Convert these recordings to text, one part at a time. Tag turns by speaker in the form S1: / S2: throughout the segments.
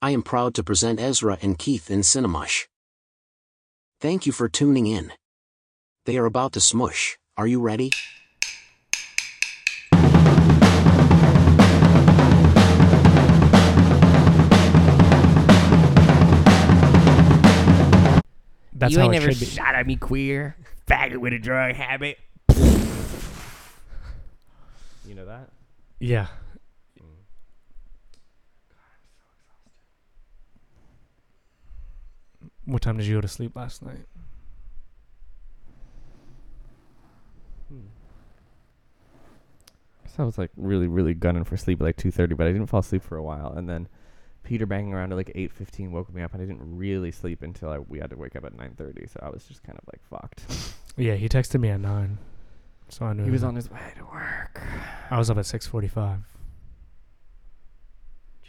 S1: I am proud to present Ezra and Keith in Cinemush. Thank you for tuning in. They are about to smush. Are you ready?
S2: That's
S3: you
S2: how
S3: ain't
S2: it
S3: never
S2: should be.
S3: shot at me queer. Faggot with a drug habit. You know that?
S2: Yeah. What time did you go to sleep last night?
S3: So I was like really, really gunning for sleep at like two thirty, but I didn't fall asleep for a while, and then Peter banging around at like eight fifteen woke me up, and I didn't really sleep until I, we had to wake up at nine thirty. So I was just kind of like fucked.
S2: Yeah, he texted me at nine, so I knew
S3: he was on his way to work.
S2: I was up at six forty-five.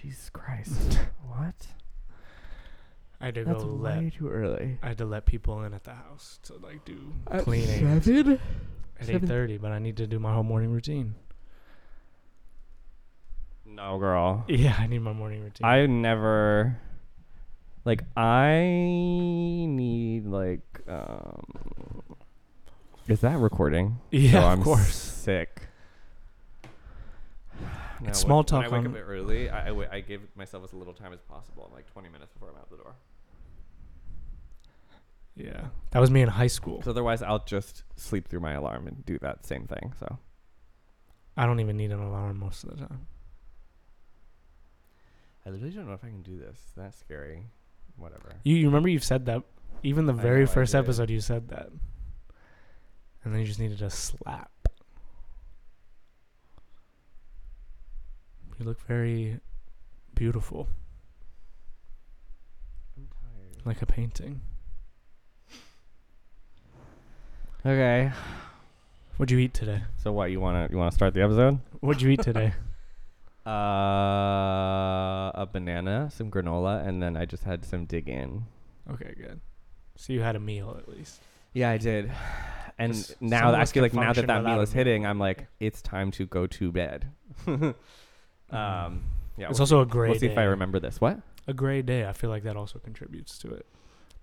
S3: Jesus Christ! what?
S2: I had to
S3: That's
S2: go let.
S3: way too early.
S2: I had to let people in at the house to like do
S3: At
S2: cleaning
S3: Uh, Seven?
S2: at
S3: seven-
S2: eight thirty, but I need to do my whole morning routine.
S3: No, girl.
S2: Yeah, I need my morning routine.
S3: I never like I need like um is that recording?
S2: Yeah,
S3: so
S2: of
S3: I'm
S2: course.
S3: Sick. Now,
S2: It's small
S3: when-
S2: talk
S3: When I
S2: on-
S3: wake up early, I, I, wa- I give myself as little time as possible. I'm like 20 minutes before I'm out the door.
S2: yeah, that was me in high school.
S3: Because otherwise, I'll just sleep through my alarm and do that same thing. So
S2: I don't even need an alarm most of the time.
S3: I literally don't know if I can do this. That's scary. Whatever.
S2: You you remember you've said that even the
S3: I
S2: very
S3: know I
S2: first
S3: did.
S2: episode you said that, and then you just needed a slap. You look very beautiful,
S3: I'm tired.
S2: like a painting.
S3: Okay.
S2: What'd you eat today?
S3: So what you wanna you wanna start the episode?
S2: What'd you eat today?
S3: Uh, a banana, some granola, and then I just had some dig in.
S2: okay, good. So you had a meal at least.
S3: Yeah, I did. And
S2: Just some
S3: now
S2: of
S3: I
S2: us
S3: feel
S2: can
S3: like now
S2: function
S3: that that
S2: without
S3: meal is
S2: a meal.
S3: hitting, I'm like, it's time to go to bed. um, yeah,
S2: it's
S3: we'll,
S2: also a gray.
S3: we'll see
S2: day.
S3: if I remember this. What?
S2: A gray day. I feel like that also contributes to it.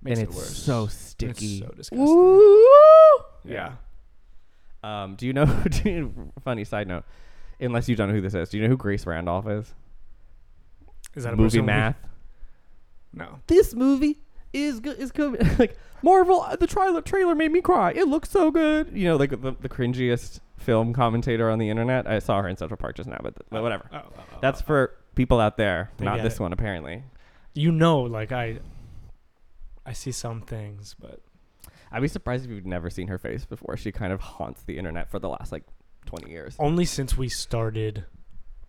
S2: Makes
S3: and
S2: it
S3: it's
S2: worse.
S3: so
S2: And it's
S3: sticky.
S2: so disgusting.
S3: Ooh!
S2: Yeah.
S3: Um, do you know? Do you, funny side note. Unless you don't know who this is, do you know who Grace Randolph is?
S2: Is that a
S3: movie
S2: person we-
S3: math?
S2: No.
S3: this movie is good is good like marvel uh, the trailer trailer made me cry it looks so good you know like the, the cringiest film commentator on the internet i saw her in central park just now but, but whatever
S2: Oh, oh, oh,
S3: that's
S2: oh.
S3: for people out there
S2: They
S3: not
S2: get
S3: this
S2: it.
S3: one apparently
S2: you know, like I, I see some things, but
S3: i'd be surprised if you've never seen her face before she kind of haunts the internet for the last like 20 years
S2: only since we started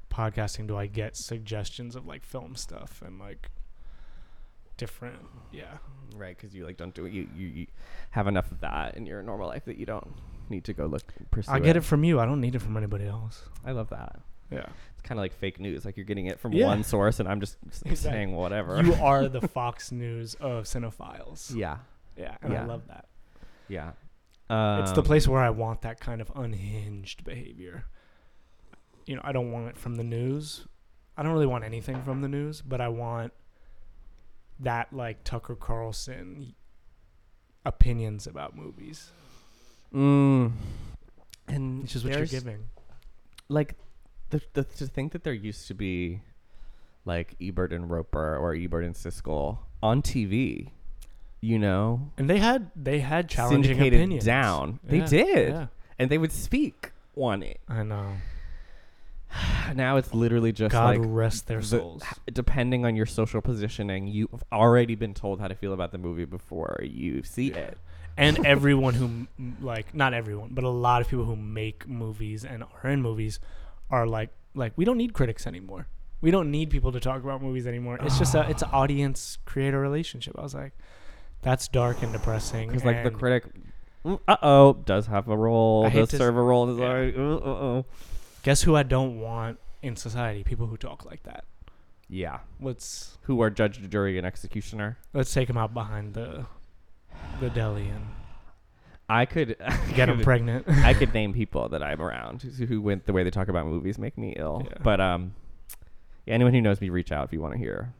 S2: podcasting do I get suggestions of like film stuff and like different. Yeah.
S3: right because you like don't do it you, you, you have enough of that in your normal life that you don't need to go look pursue
S2: I get it from you. I don't need it from anybody else.
S3: i love that
S2: Yeah.
S3: it's kind of like fake news like you're getting it from
S2: Yeah.
S3: one source and i'm just s-
S2: Exactly.
S3: saying whatever
S2: You are the Fox News of cinephiles.
S3: yeah
S2: Yeah, and I
S3: Yeah.
S2: love that.
S3: Yeah.
S2: it's the
S3: Um,
S2: place where I want that kind of unhinged behavior. You know, I don't want it from the news. I don't really want anything from the news, but I want that like Tucker Carlson opinions about movies.
S3: Mm, and
S2: Which is what you're
S3: there's,
S2: giving.
S3: Like, the, the, to think that there used to be, like, Ebert and Roper or Ebert and Siskel on TV, you know,
S2: And they had they had challenging
S3: syndicated
S2: opinions.
S3: down.
S2: Yeah,
S3: they did,
S2: yeah.
S3: and they would speak on it.
S2: I know.
S3: Now it's literally just
S2: God
S3: like.
S2: rest their
S3: the-
S2: souls.
S3: Depending on your social positioning, you've already been told how to feel about the movie before you see it.
S2: and everyone who m- like not everyone but a lot of people who make movies and are in movies are like like we don't need critics anymore we don't need people to talk about movies anymore it's just a it's an audience creator relationship i was like that's dark and depressing
S3: Because like the
S2: and
S3: critic, uh oh, does have a role,
S2: I hate
S3: does
S2: to s-
S3: serve a role, does
S2: yeah.
S3: already, uh oh.
S2: guess who i don't want in society people who talk like that
S3: Yeah.
S2: let's
S3: Who are judge, jury, and executioner?
S2: let's take them out behind the the deli and
S3: I could I
S2: get them
S3: could-
S2: pregnant
S3: I could name people that I'm around who- who went the way they talk about movies make me ill.
S2: Yeah.
S3: But um, yeah, anyone who knows me, reach out if you want to hear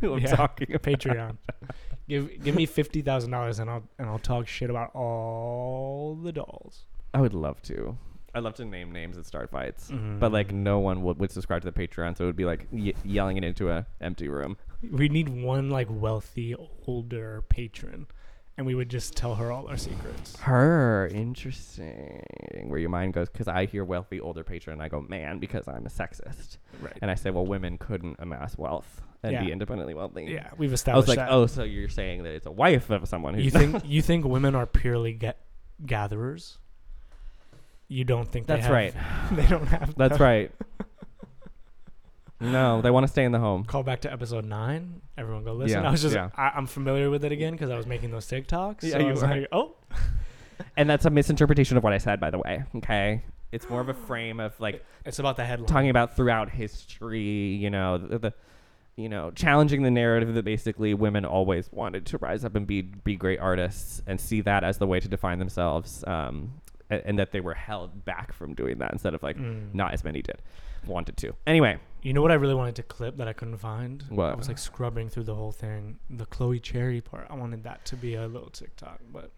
S3: Who I'm
S2: Yeah.
S3: talking about.
S2: Patreon. give give me fifty thousand dollars and I'll and I'll talk shit about all the dolls.
S3: I would love to. I'd love to name names and start fights, but
S2: Mm.
S3: like no one would, would subscribe to the Patreon, so it would be like y- yelling it into a empty room.
S2: We need one like wealthy older patron, and we would just tell her all our secrets.
S3: Her interesting. Where your mind goes, because I hear wealthy older patron, and I go man because I'm a sexist,
S2: Right.
S3: and I say well women couldn't amass wealth and
S2: Yeah.
S3: be independently wealthy.
S2: Yeah, we've
S3: I was
S2: established
S3: like,
S2: that.
S3: oh, so you're saying that it's a wife of someone who's
S2: you think you think women are purely get gatherers? You don't think they
S3: That's
S2: have-
S3: right.
S2: They don't have.
S3: That's right. no, they want to stay in the home.
S2: Call back to episode nine. Everyone go listen.
S3: Yeah,
S2: I was just
S3: yeah.
S2: I, I'm familiar with it again because I was making those TikToks.
S3: Yeah,
S2: so
S3: you
S2: I was
S3: were.
S2: like, oh,
S3: And that's a misinterpretation of what I said, by the way. Okay. It's more of a frame of like
S2: it's about the headline.
S3: talking about throughout history, you know, the, the you know, challenging the narrative that basically women always wanted to rise up and be be great artists and see that as the way to define themselves um a- and, that they were held back from doing that instead of like
S2: Mm.
S3: not as many did wanted to. Anyway,
S2: You know what I really wanted to clip that I couldn't find? I
S3: What?
S2: was like scrubbing through the whole thing. The Chloe Cherry part. I wanted that to be a little TikTok, but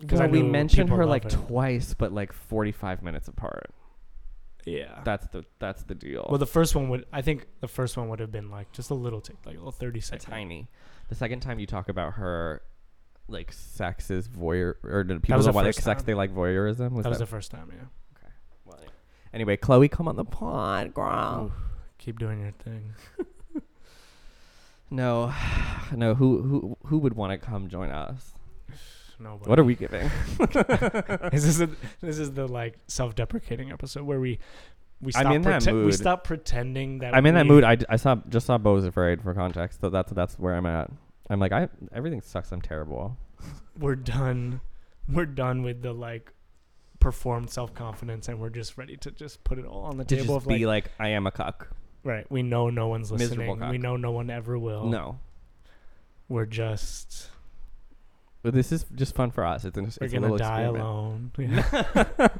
S2: because
S3: well, we mentioned her like twice but like 45 minutes apart.
S2: yeah.
S3: That's the that's the deal.
S2: well, the first one would. I think the first one would have been like just a little tick, like a little thirty
S3: a
S2: second.
S3: tiny. The second time you talk about her, like sexist voyeur or no, people
S2: was
S3: don't
S2: the
S3: want
S2: first
S3: sex,
S2: time.
S3: they like voyeurism. Was
S2: That was
S3: that-
S2: the first time. Yeah.
S3: well, yeah. Anyway, Chloe, come on the pod, girl.
S2: Oof. Keep doing your thing.
S3: No, no. Who who who would want to come join us?
S2: No.
S3: What are we giving?
S2: Is this a, this is the like self deprecating episode where we we
S3: I'm
S2: stop
S3: in that
S2: prete- we
S3: mood.
S2: stop pretending that
S3: I'm in that
S2: we-
S3: mood. I, d- I saw just saw Bo's Afraid for context, so that's that's where I'm at. I'm like I everything sucks. I'm terrible.
S2: we're done we're done with the like performed self confidence and we're just ready to just put it all on the
S3: To
S2: table
S3: just
S2: of like,
S3: be like I am a cuck.
S2: right we know no one's
S3: Miserable
S2: listening we
S3: cock.
S2: know no one ever will
S3: No,
S2: we're just
S3: But this is just fun for us. It's, an, it's
S2: we're
S3: a
S2: gonna
S3: little
S2: die
S3: experiment.
S2: alone Yeah.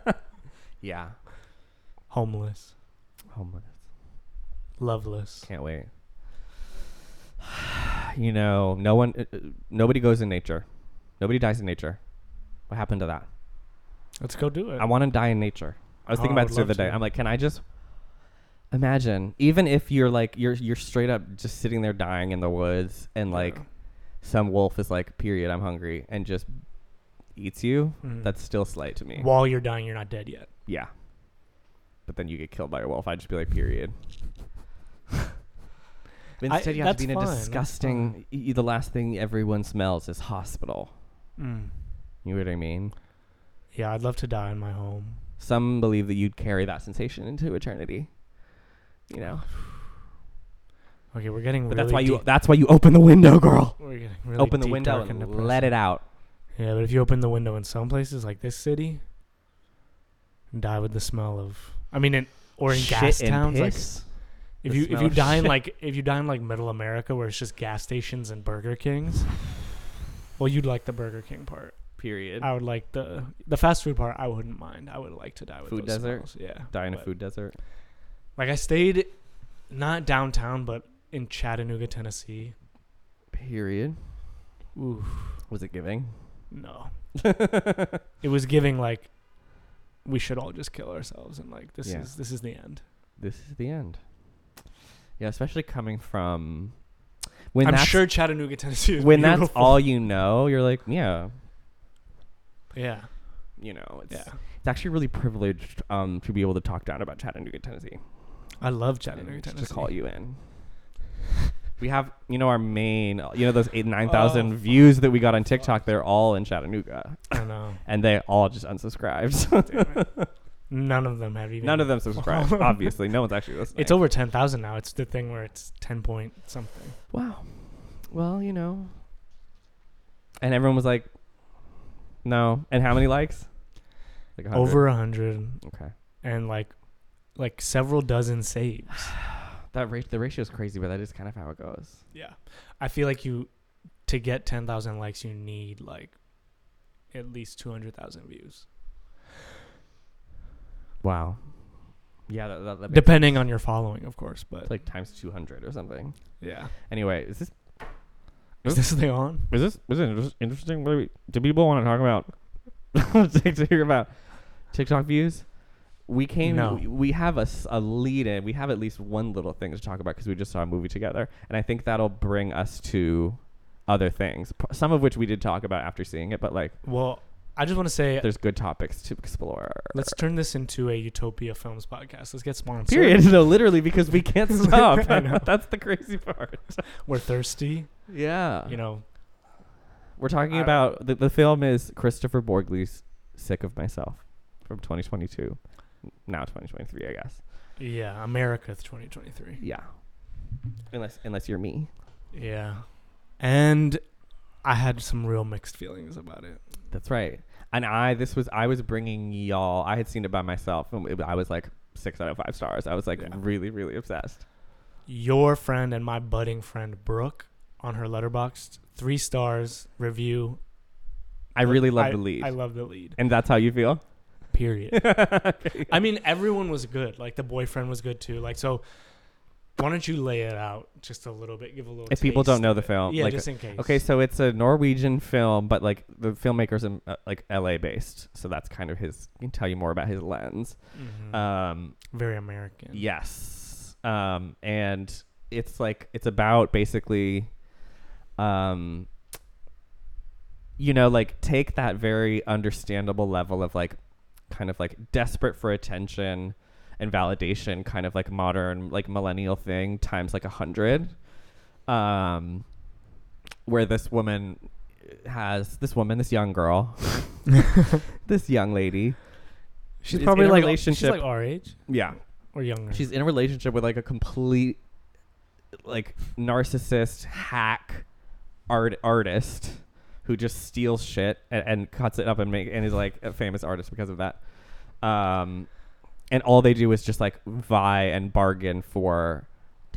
S3: Yeah,
S2: homeless
S3: homeless.
S2: loveless
S3: Can't wait. you know, no one, uh, uh, nobody goes in nature. Nobody dies in nature. What happened to that?
S2: let's go do it
S3: I want to die in nature. I was
S2: Oh,
S3: thinking
S2: I
S3: about this the
S2: would
S3: other
S2: love
S3: day.
S2: to.
S3: I'm like, can I just imagine? Even if you're like, you're you're straight up just sitting there dying in the woods, and like,
S2: Yeah.
S3: some wolf is like, period, I'm hungry, and just eats you.
S2: Mhm.
S3: That's still slight to me.
S2: while you're dying you're not dead yet
S3: Yeah. But then you get killed by a wolf. I'd just be like, period. but
S2: I-
S3: instead, you have
S2: that's
S3: to be in
S2: fine,
S3: a
S2: that's
S3: disgusting. y- The last thing everyone smells is hospital.
S2: mm.
S3: You know what I mean?
S2: yeah I'd love to die in my home
S3: Some believe that you'd carry that sensation into eternity. You know,
S2: okay we're getting
S3: but
S2: really
S3: that's why you.
S2: deep-
S3: That's why you open the window, girl.
S2: we're getting really
S3: open the
S2: deep,
S3: window
S2: dark,
S3: and
S2: depressing.
S3: let it out.
S2: Yeah, but if you open the window in some places like this city, and die with the smell of, I mean, in, or in
S3: Shit
S2: gas
S3: and
S2: towns, like
S3: piss.
S2: if
S3: The
S2: you if
S3: smell
S2: you
S3: of
S2: die in
S3: shit.
S2: like if you die in like middle America where it's just gas stations and Burger Kings, well, you'd like the Burger King part.
S3: period.
S2: I would like the the fast food part. I wouldn't mind. I would like to die with
S3: Food
S2: those
S3: desert?
S2: smells, Yeah,
S3: Die in a
S2: but-
S3: food desert.
S2: Like I stayed, not downtown, but in Chattanooga, Tennessee.
S3: Period.
S2: Ooh,
S3: Was it giving?
S2: no, it was giving like we should all just kill ourselves and like this
S3: Yeah.
S2: is this is the end.
S3: this is the end. Yeah, especially coming from when
S2: I'm
S3: that's
S2: sure Chattanooga, Tennessee. Is
S3: when that's
S2: beautiful.
S3: all you know, you're like, yeah,
S2: Yeah,
S3: you know, it's
S2: yeah.
S3: it's actually really privileged um, to be able to talk down about Chattanooga, Tennessee,
S2: I love
S3: and
S2: Chattanooga,
S3: to
S2: Tennessee.
S3: call you in. We have, you know, our main, you know, those eight nine thousand views that we got on TikTok. They're all in Chattanooga,
S2: I know.
S3: and they all just unsubscribed.
S2: Damn it. None of them have even.
S3: None of them subscribed. obviously, no one's actually listening.
S2: It's over ten thousand now. It's the thing where it's ten point something.
S3: wow. Well, you know. And everyone was like, no. And how many likes? Like 100?
S2: Over a hundred
S3: Okay.
S2: and like, like several dozen saves.
S3: That rate, the ratio is crazy, but that is kind of how it goes.
S2: Yeah, I feel like you to get ten thousand likes, you need like at least two hundred thousand views.
S3: Wow. Yeah, that, that, that makes
S2: depending on your following, of course. But
S3: sense. like times two hundred or something.
S2: yeah,
S3: Anyway, is this
S2: is this thing on?
S3: is this is it inter- interesting? What do, we, do people want to talk about? to hear about TikTok views? We came.
S2: No.
S3: We, we have a, s- a lead in. We have at least one little thing to talk about because we just saw a movie together, and I think that'll bring us to other things. p- Some of which we did talk about after seeing it, but like
S2: Well, I just want to say
S3: there's good topics to explore.
S2: let's turn this into a Utopia Films podcast. Let's get sponsored.
S3: Period. No, literally, because we can't stop.
S2: I know.
S3: That's the crazy part.
S2: We're thirsty.
S3: Yeah.
S2: You know,
S3: We're talking
S2: I-
S3: about the, the film is Christopher Borgle's Sick of Myself from 2022. Now 2023, I guess.
S2: yeah, America 2023.
S3: Yeah. Unless unless you're me.
S2: Yeah, and I had some real mixed feelings about it.
S3: That's right. And I this was I was bringing y'all. I had seen it by myself and it- I was like 6 out of 5 stars. I was like
S2: Yeah.
S3: really really obsessed.
S2: your friend and my budding friend Brooke on her letterbox three stars review.
S3: I really love
S2: I,
S3: the lead.
S2: I love the lead.
S3: and that's how you feel?
S2: Period.
S3: Okay.
S2: I mean, everyone was good. Like the boyfriend was good too. Like so. Why don't you lay it out just a little bit? Give a little.
S3: if people
S2: taste
S3: don't know
S2: of
S3: the
S2: it.
S3: film,
S2: yeah,
S3: like
S2: just in case.
S3: Okay, so it's a Norwegian film, but like the filmmaker's in, uh, like LA based, so that's kind of his. Can tell you more about his lens.
S2: Mhm.
S3: Um,
S2: very American.
S3: Yes. Um, and it's like it's about basically, um, you know, like take that very understandable level of like, kind of like desperate for attention and validation, kind of like modern like millennial thing times like a hundred, um, where this woman has this woman, this young girl, this young lady.
S2: she's
S3: it's
S2: probably
S3: in a
S2: like
S3: relationship-
S2: she's like our age
S3: Yeah.
S2: or younger.
S3: She's in a relationship with like a complete like narcissist hack art artist who just steals shit and, and cuts it up and make and is like a famous artist because of that. Um and all they do is just like vie and bargain for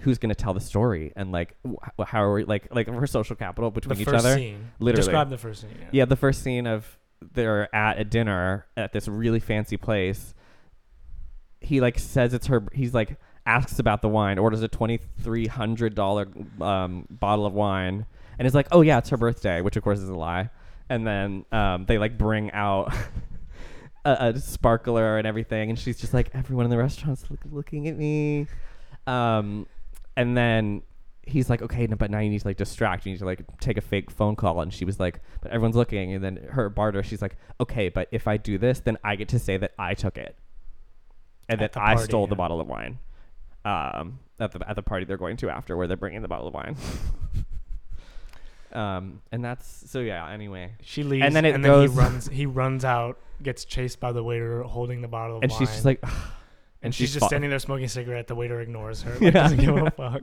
S3: who's going to tell the story and like wh- how are we like like for social capital
S2: the
S3: between each
S2: first
S3: other.
S2: scene.
S3: Literally.
S2: describe the first scene. Yeah.
S3: Yeah, the first scene of they're at a dinner at this really fancy place. He like says it's her. He's like asks about the wine, orders a twenty three hundred dollar um, bottle of wine, and is like, "Oh yeah, it's her birthday," which of course is a lie. And then um, they like bring out a, a sparkler and everything, and she's just like, "Everyone in the restaurant's look, looking at me." Um, and then he's like, okay, no, but now you need to like distract. You need to like take a fake phone call. And she was like, but everyone's looking. And then her barter, she's like, okay, but if I do this, then I get to say that I took it, and
S2: At
S3: that
S2: the
S3: I
S2: party,
S3: stole the
S2: yeah.
S3: bottle of wine. Um, at the at the party they're going to after, where they're bringing the bottle of wine. um, and that's so yeah. Anyway,
S2: She leaves
S3: then it goes-
S2: he runs. He runs out, gets chased by the waiter holding the bottle of
S3: and
S2: wine.
S3: she's just like, and,
S2: and she's, just
S3: fa-
S2: standing there smoking a cigarette. The waiter ignores her, like,
S3: Yeah.
S2: doesn't give a fuck.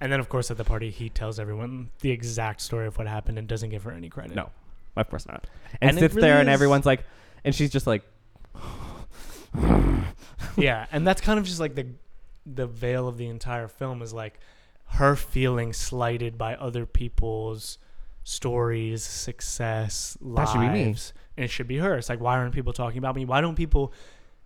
S2: And then, of course, at the party, he tells everyone the exact story of what happened and doesn't give her any credit.
S3: No, of course not. And,
S2: And it
S3: sits there,
S2: really
S3: and
S2: is-
S3: everyone's like, and she's just like,
S2: yeah, and that's kind of just like the the veil of the entire film is like her feeling slighted by other people's stories, success,
S3: That
S2: lives,
S3: should be me.
S2: and it should be her. It's like why aren't people talking about me? Why don't people,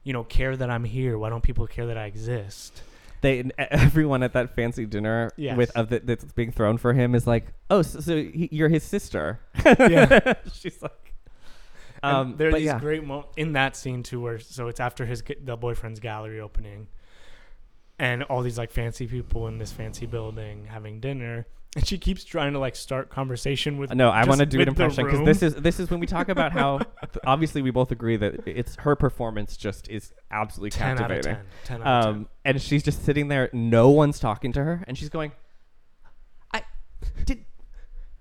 S2: you know, care that I'm here? Why don't people care that I exist?
S3: they and everyone at that fancy dinner
S2: Yes.
S3: with of the, that's being thrown for him is like, oh, so, so he, you're his sister.
S2: Yeah.
S3: she's like,
S2: Um,
S3: um,
S2: there are
S3: but
S2: these
S3: yeah,
S2: great moments in that scene too, where so it's after his g- the boyfriend's gallery opening, and all these like fancy people in this fancy building having dinner, and she keeps trying to like start conversation with.
S3: no, I
S2: just
S3: want to do an
S2: with the
S3: impression because
S2: room.
S3: this is this is when we talk about how th- obviously we both agree that it's her performance just is absolutely
S2: ten out of
S3: captivating.
S2: ten. 10 out of
S3: Um, and she's just sitting there. No one's talking to her, and she's going, "I did.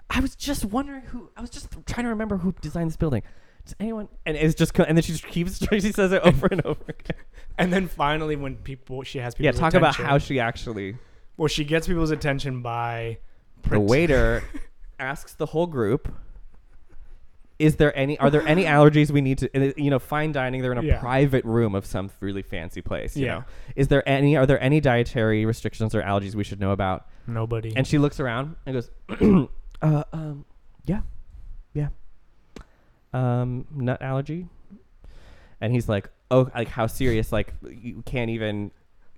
S3: I was just wondering who. I was just trying to remember who designed this building. Does anyone?" And it's just, co- and then she just keeps. She says it over and over again.
S2: 10. And then finally, when people she has
S3: Yeah,
S2: people's
S3: talk about
S2: attention-
S3: how she actually.
S2: well she gets people's attention by
S3: The
S2: pret-
S3: waiter asks the whole group. Is there any? Are there any allergies we need to? and it- You know, fine dining. They're in a
S2: Yeah.
S3: private room of some really fancy place. You
S2: Yeah.
S3: know, is there any? Are there any dietary restrictions or allergies we should know about?
S2: Nobody.
S3: And she looks around and goes, uh, um, yeah, yeah. Um, nut allergy. And he's like, oh, like how serious, like you can't even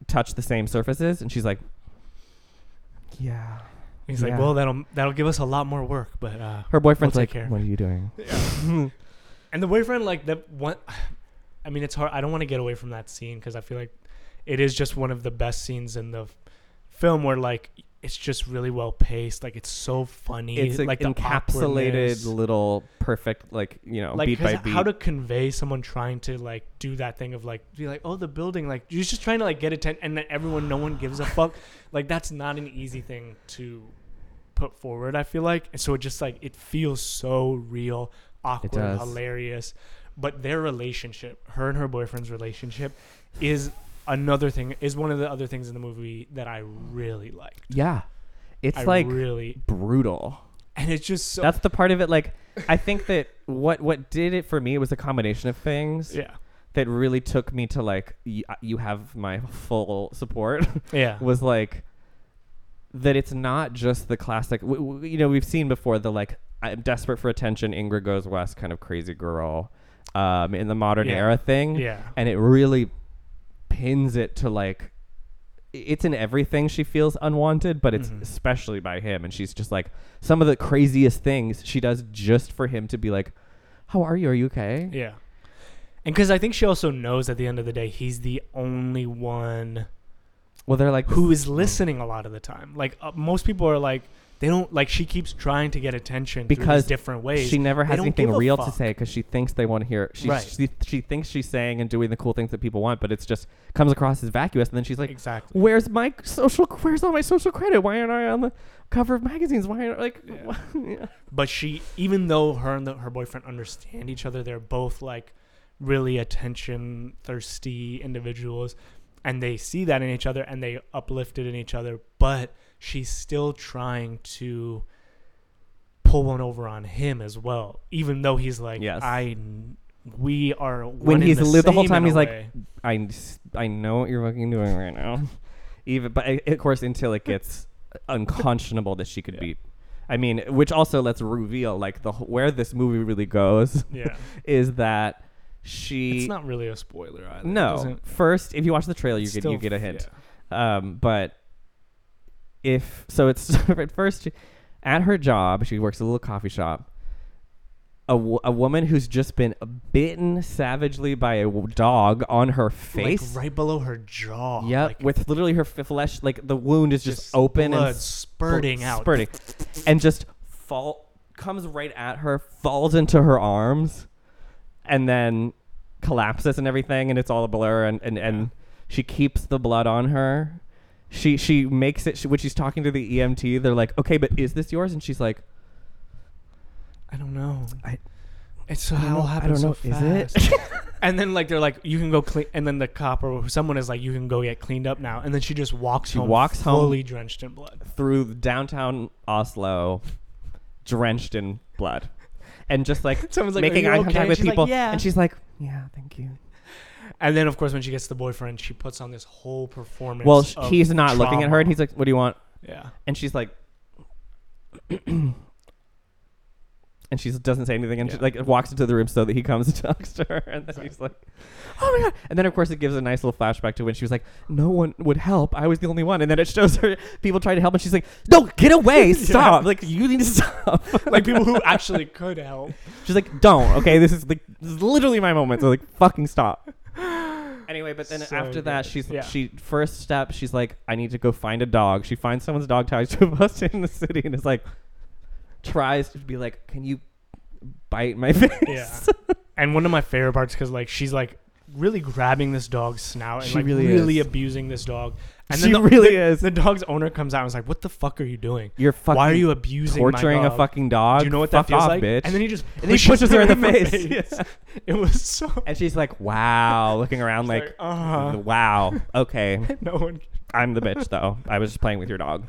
S3: touch the same surfaces. And she's like, yeah.
S2: He's
S3: Yeah.
S2: like, well, that'll that'll give us a lot more work, but uh,
S3: Her boyfriend's
S2: We'll
S3: like,
S2: take care.
S3: what are you doing?
S2: and the boyfriend like that one. I mean, it's hard. I don't want to get away from that scene because I feel like it is just one of the best scenes in the f- film where like it's just really well paced. Like it's so funny.
S3: It's like
S2: like the
S3: encapsulated
S2: awkwardness.
S3: little perfect, like, you know,
S2: like
S3: beat
S2: 'cause
S3: by beat.
S2: how to convey someone trying to like do that thing of like be like oh the building like you're just trying to like get attention and then everyone no one gives a fuck like that's not an easy thing to put forward i feel like and so it just like it feels so real awkward
S3: does.
S2: hilarious but their relationship her and her boyfriend's relationship is another thing is one of the other things in the movie that i really liked
S3: yeah. It's
S2: i
S3: like
S2: really
S3: brutal.
S2: and it's just so
S3: That's the part of it. Like, I think that what what did it for me was a combination of things
S2: yeah
S3: that really took me to like y- uh, you have my full support.
S2: yeah
S3: was like that it's not just the classic w- w- you know we've seen before the like i'm desperate for attention ingrid goes west kind of crazy girl um, in the modern
S2: Yeah.
S3: era thing
S2: Yeah.
S3: and it really pins it to like i- it's in everything she feels unwanted but
S2: Mm-hmm.
S3: it's especially by him and she's just like some of the craziest things she does just for him to be like how are you are you okay
S2: Yeah. And because I think she also knows at the end of the day, he's the only one
S3: well they're like
S2: who is listening a lot of the time. Like, uh, most people are like, they don't, like, she keeps trying to get attention through
S3: Because
S2: these different ways.
S3: She never
S2: They
S3: has
S2: don't
S3: anything
S2: give a
S3: real to
S2: fuck.
S3: say because she thinks they want to hear. She,
S2: Right.
S3: she she thinks she's saying and doing the cool things that people want, but it's just comes across as vacuous. And then she's like,
S2: Exactly.
S3: "Where's my social? Where's all my social credit? Why aren't I on the cover of magazines? Why aren't like?" Yeah.
S2: But she, even though her and the, her boyfriend understand each other, they're both like really attention thirsty individuals. And they see that in each other and they uplift it in each other. But she's still trying to pull one over on him as well, even though he's like,
S3: Yes.
S2: I, we are. One
S3: When
S2: in
S3: he's
S2: the,
S3: lived the whole
S2: same in
S3: time,
S2: a
S3: he's like,
S2: way."
S3: I s- I know what you're fucking doing right now, even but I- of course until it gets unconscionable that she could
S2: Yeah.
S3: be. I mean, which also let's reveal like the wh- where this movie really goes
S2: yeah,
S3: is that she
S2: it's not really a spoiler. Either. It
S3: No.
S2: doesn't-
S3: First, if you watch the trailer, you
S2: it's
S3: get
S2: still-
S3: you get a hint.
S2: yeah.
S3: Um, but if so, it's at first she- at her job. She works at a little coffee shop. A, wo- a woman who's just been bitten savagely by a w- dog on her face.
S2: like right below her jaw.
S3: Yep,
S2: like,
S3: with literally her f- flesh, like the wound is just,
S2: just
S3: open
S2: blood
S3: and
S2: spurting out.
S3: spurting, and just fall comes right at her, falls into her arms, and then collapses and everything, and it's all a blur, and and, and she keeps the blood on her. She she makes it she, when she's talking to the EMT. They're like, okay, but is this yours? And she's like,
S2: I don't know.
S3: I-
S2: it's so
S3: don't
S2: how
S3: know-
S2: it
S3: I
S2: happened
S3: don't
S2: so
S3: know, is
S2: fast. and then like they're like, you can go clean, and then the cop or someone is like, you can go get cleaned up now. And then she just walks
S3: She
S2: home,
S3: walks home.
S2: fully drenched in blood.
S3: through downtown Oslo, drenched in blood, and just like
S2: Someone's like, "Are
S3: making
S2: you
S3: eye
S2: okay?"
S3: contact with
S2: She's like,
S3: people.
S2: "Yeah."
S3: And she's like, yeah, thank you.
S2: And then of course when she gets the boyfriend, she puts on this whole performance.
S3: Well, sh-
S2: of
S3: he's not looking at her, and
S2: trauma.
S3: he's like, what do you want?
S2: yeah,
S3: And she's like, and she doesn't say anything, and she
S2: Yeah.
S3: like walks into the room so that he comes and talks to her, and then he's like, oh my god! And then of course it gives a nice little flashback to when she was like, no one would help, I was the only one, and then it shows her people trying to help, and she's like, no, get away, stop! Like you need to stop.
S2: like people who actually could help.
S3: she's like, don't, okay? This is like this is literally my moment, so like fucking stop. Anyway, but then
S2: So
S3: after that,
S2: good.
S3: she's
S2: Yeah.
S3: she first step. She's like, I need to go find a dog. She finds someone's dog tied to a bus in the city, and is like, tries to be like, can you bite my face?
S2: Yeah. and one of my favorite parts because like she's like really grabbing this dog's snout and
S3: She
S2: like
S3: really
S2: really,
S3: is.
S2: abusing this dog. And
S3: She
S2: then the,
S3: really
S2: the-
S3: is.
S2: The dog's owner comes out and is like, "What the fuck are you doing?
S3: You're fucking
S2: Why are you abusing my
S3: torturing a
S2: dog?
S3: fucking dog?
S2: Do you know what that
S3: Fuck
S2: feels
S3: off,
S2: like?
S3: bitch.
S2: And then he just
S3: And he pushes her in the face.
S2: It was so
S3: And she's like, wow, looking around like,
S2: like, uh
S3: wow, okay.
S2: no one.
S3: I'm the bitch though. I was just playing with your dog.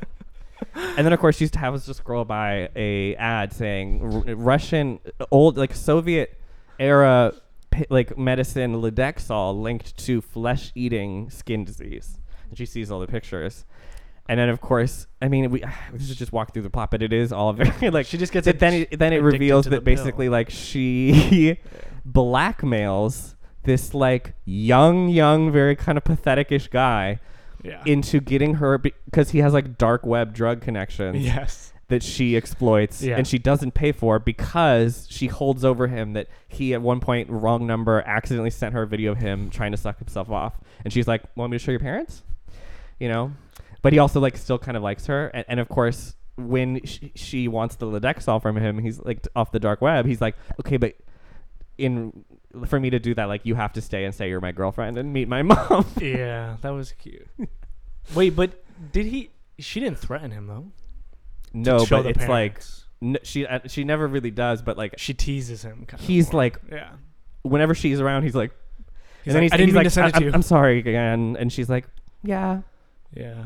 S3: And then of course she used to have us just scroll by a ad saying "R- Russian old like Soviet era p- like medicine Lidexol linked to flesh eating skin disease. And she sees all the pictures. And then of course, I mean we we should just walk through the plot, but it is all very like
S2: She just gets
S3: it, then
S2: ad-
S3: it, then it
S2: addicted
S3: reveals
S2: to
S3: that
S2: the pill.
S3: basically like she blackmails this like young, young, very kind of pathetic-ish guy
S2: Yeah.
S3: into getting her because he has like dark web drug connections
S2: yes.
S3: that she exploits
S2: Yeah.
S3: and she doesn't pay for because she holds over him that he at one point wrong number accidentally sent her a video of him trying to suck himself off and she's like want me to show your parents you know but he also like still kind of likes her and, and of course when sh- she wants the Lodexol from him he's like t- off the dark web he's like okay but in for me to do that like you have to stay and say you're my girlfriend and meet my mom
S2: Yeah, that was cute. Wait, but did he? She didn't threaten him though. to
S3: no
S2: show
S3: but
S2: the
S3: it's like
S2: parents.
S3: n- she uh, she never really does but like
S2: she teases him. Kind
S3: he's
S2: of more.
S3: like
S2: yeah.
S3: whenever she's around, he's like,
S2: He's
S3: and
S2: like,
S3: then he's,
S2: I didn't
S3: he's
S2: mean
S3: like,
S2: to send it
S3: "I'm-
S2: to you.
S3: I'm sorry again, and she's like, yeah,
S2: yeah.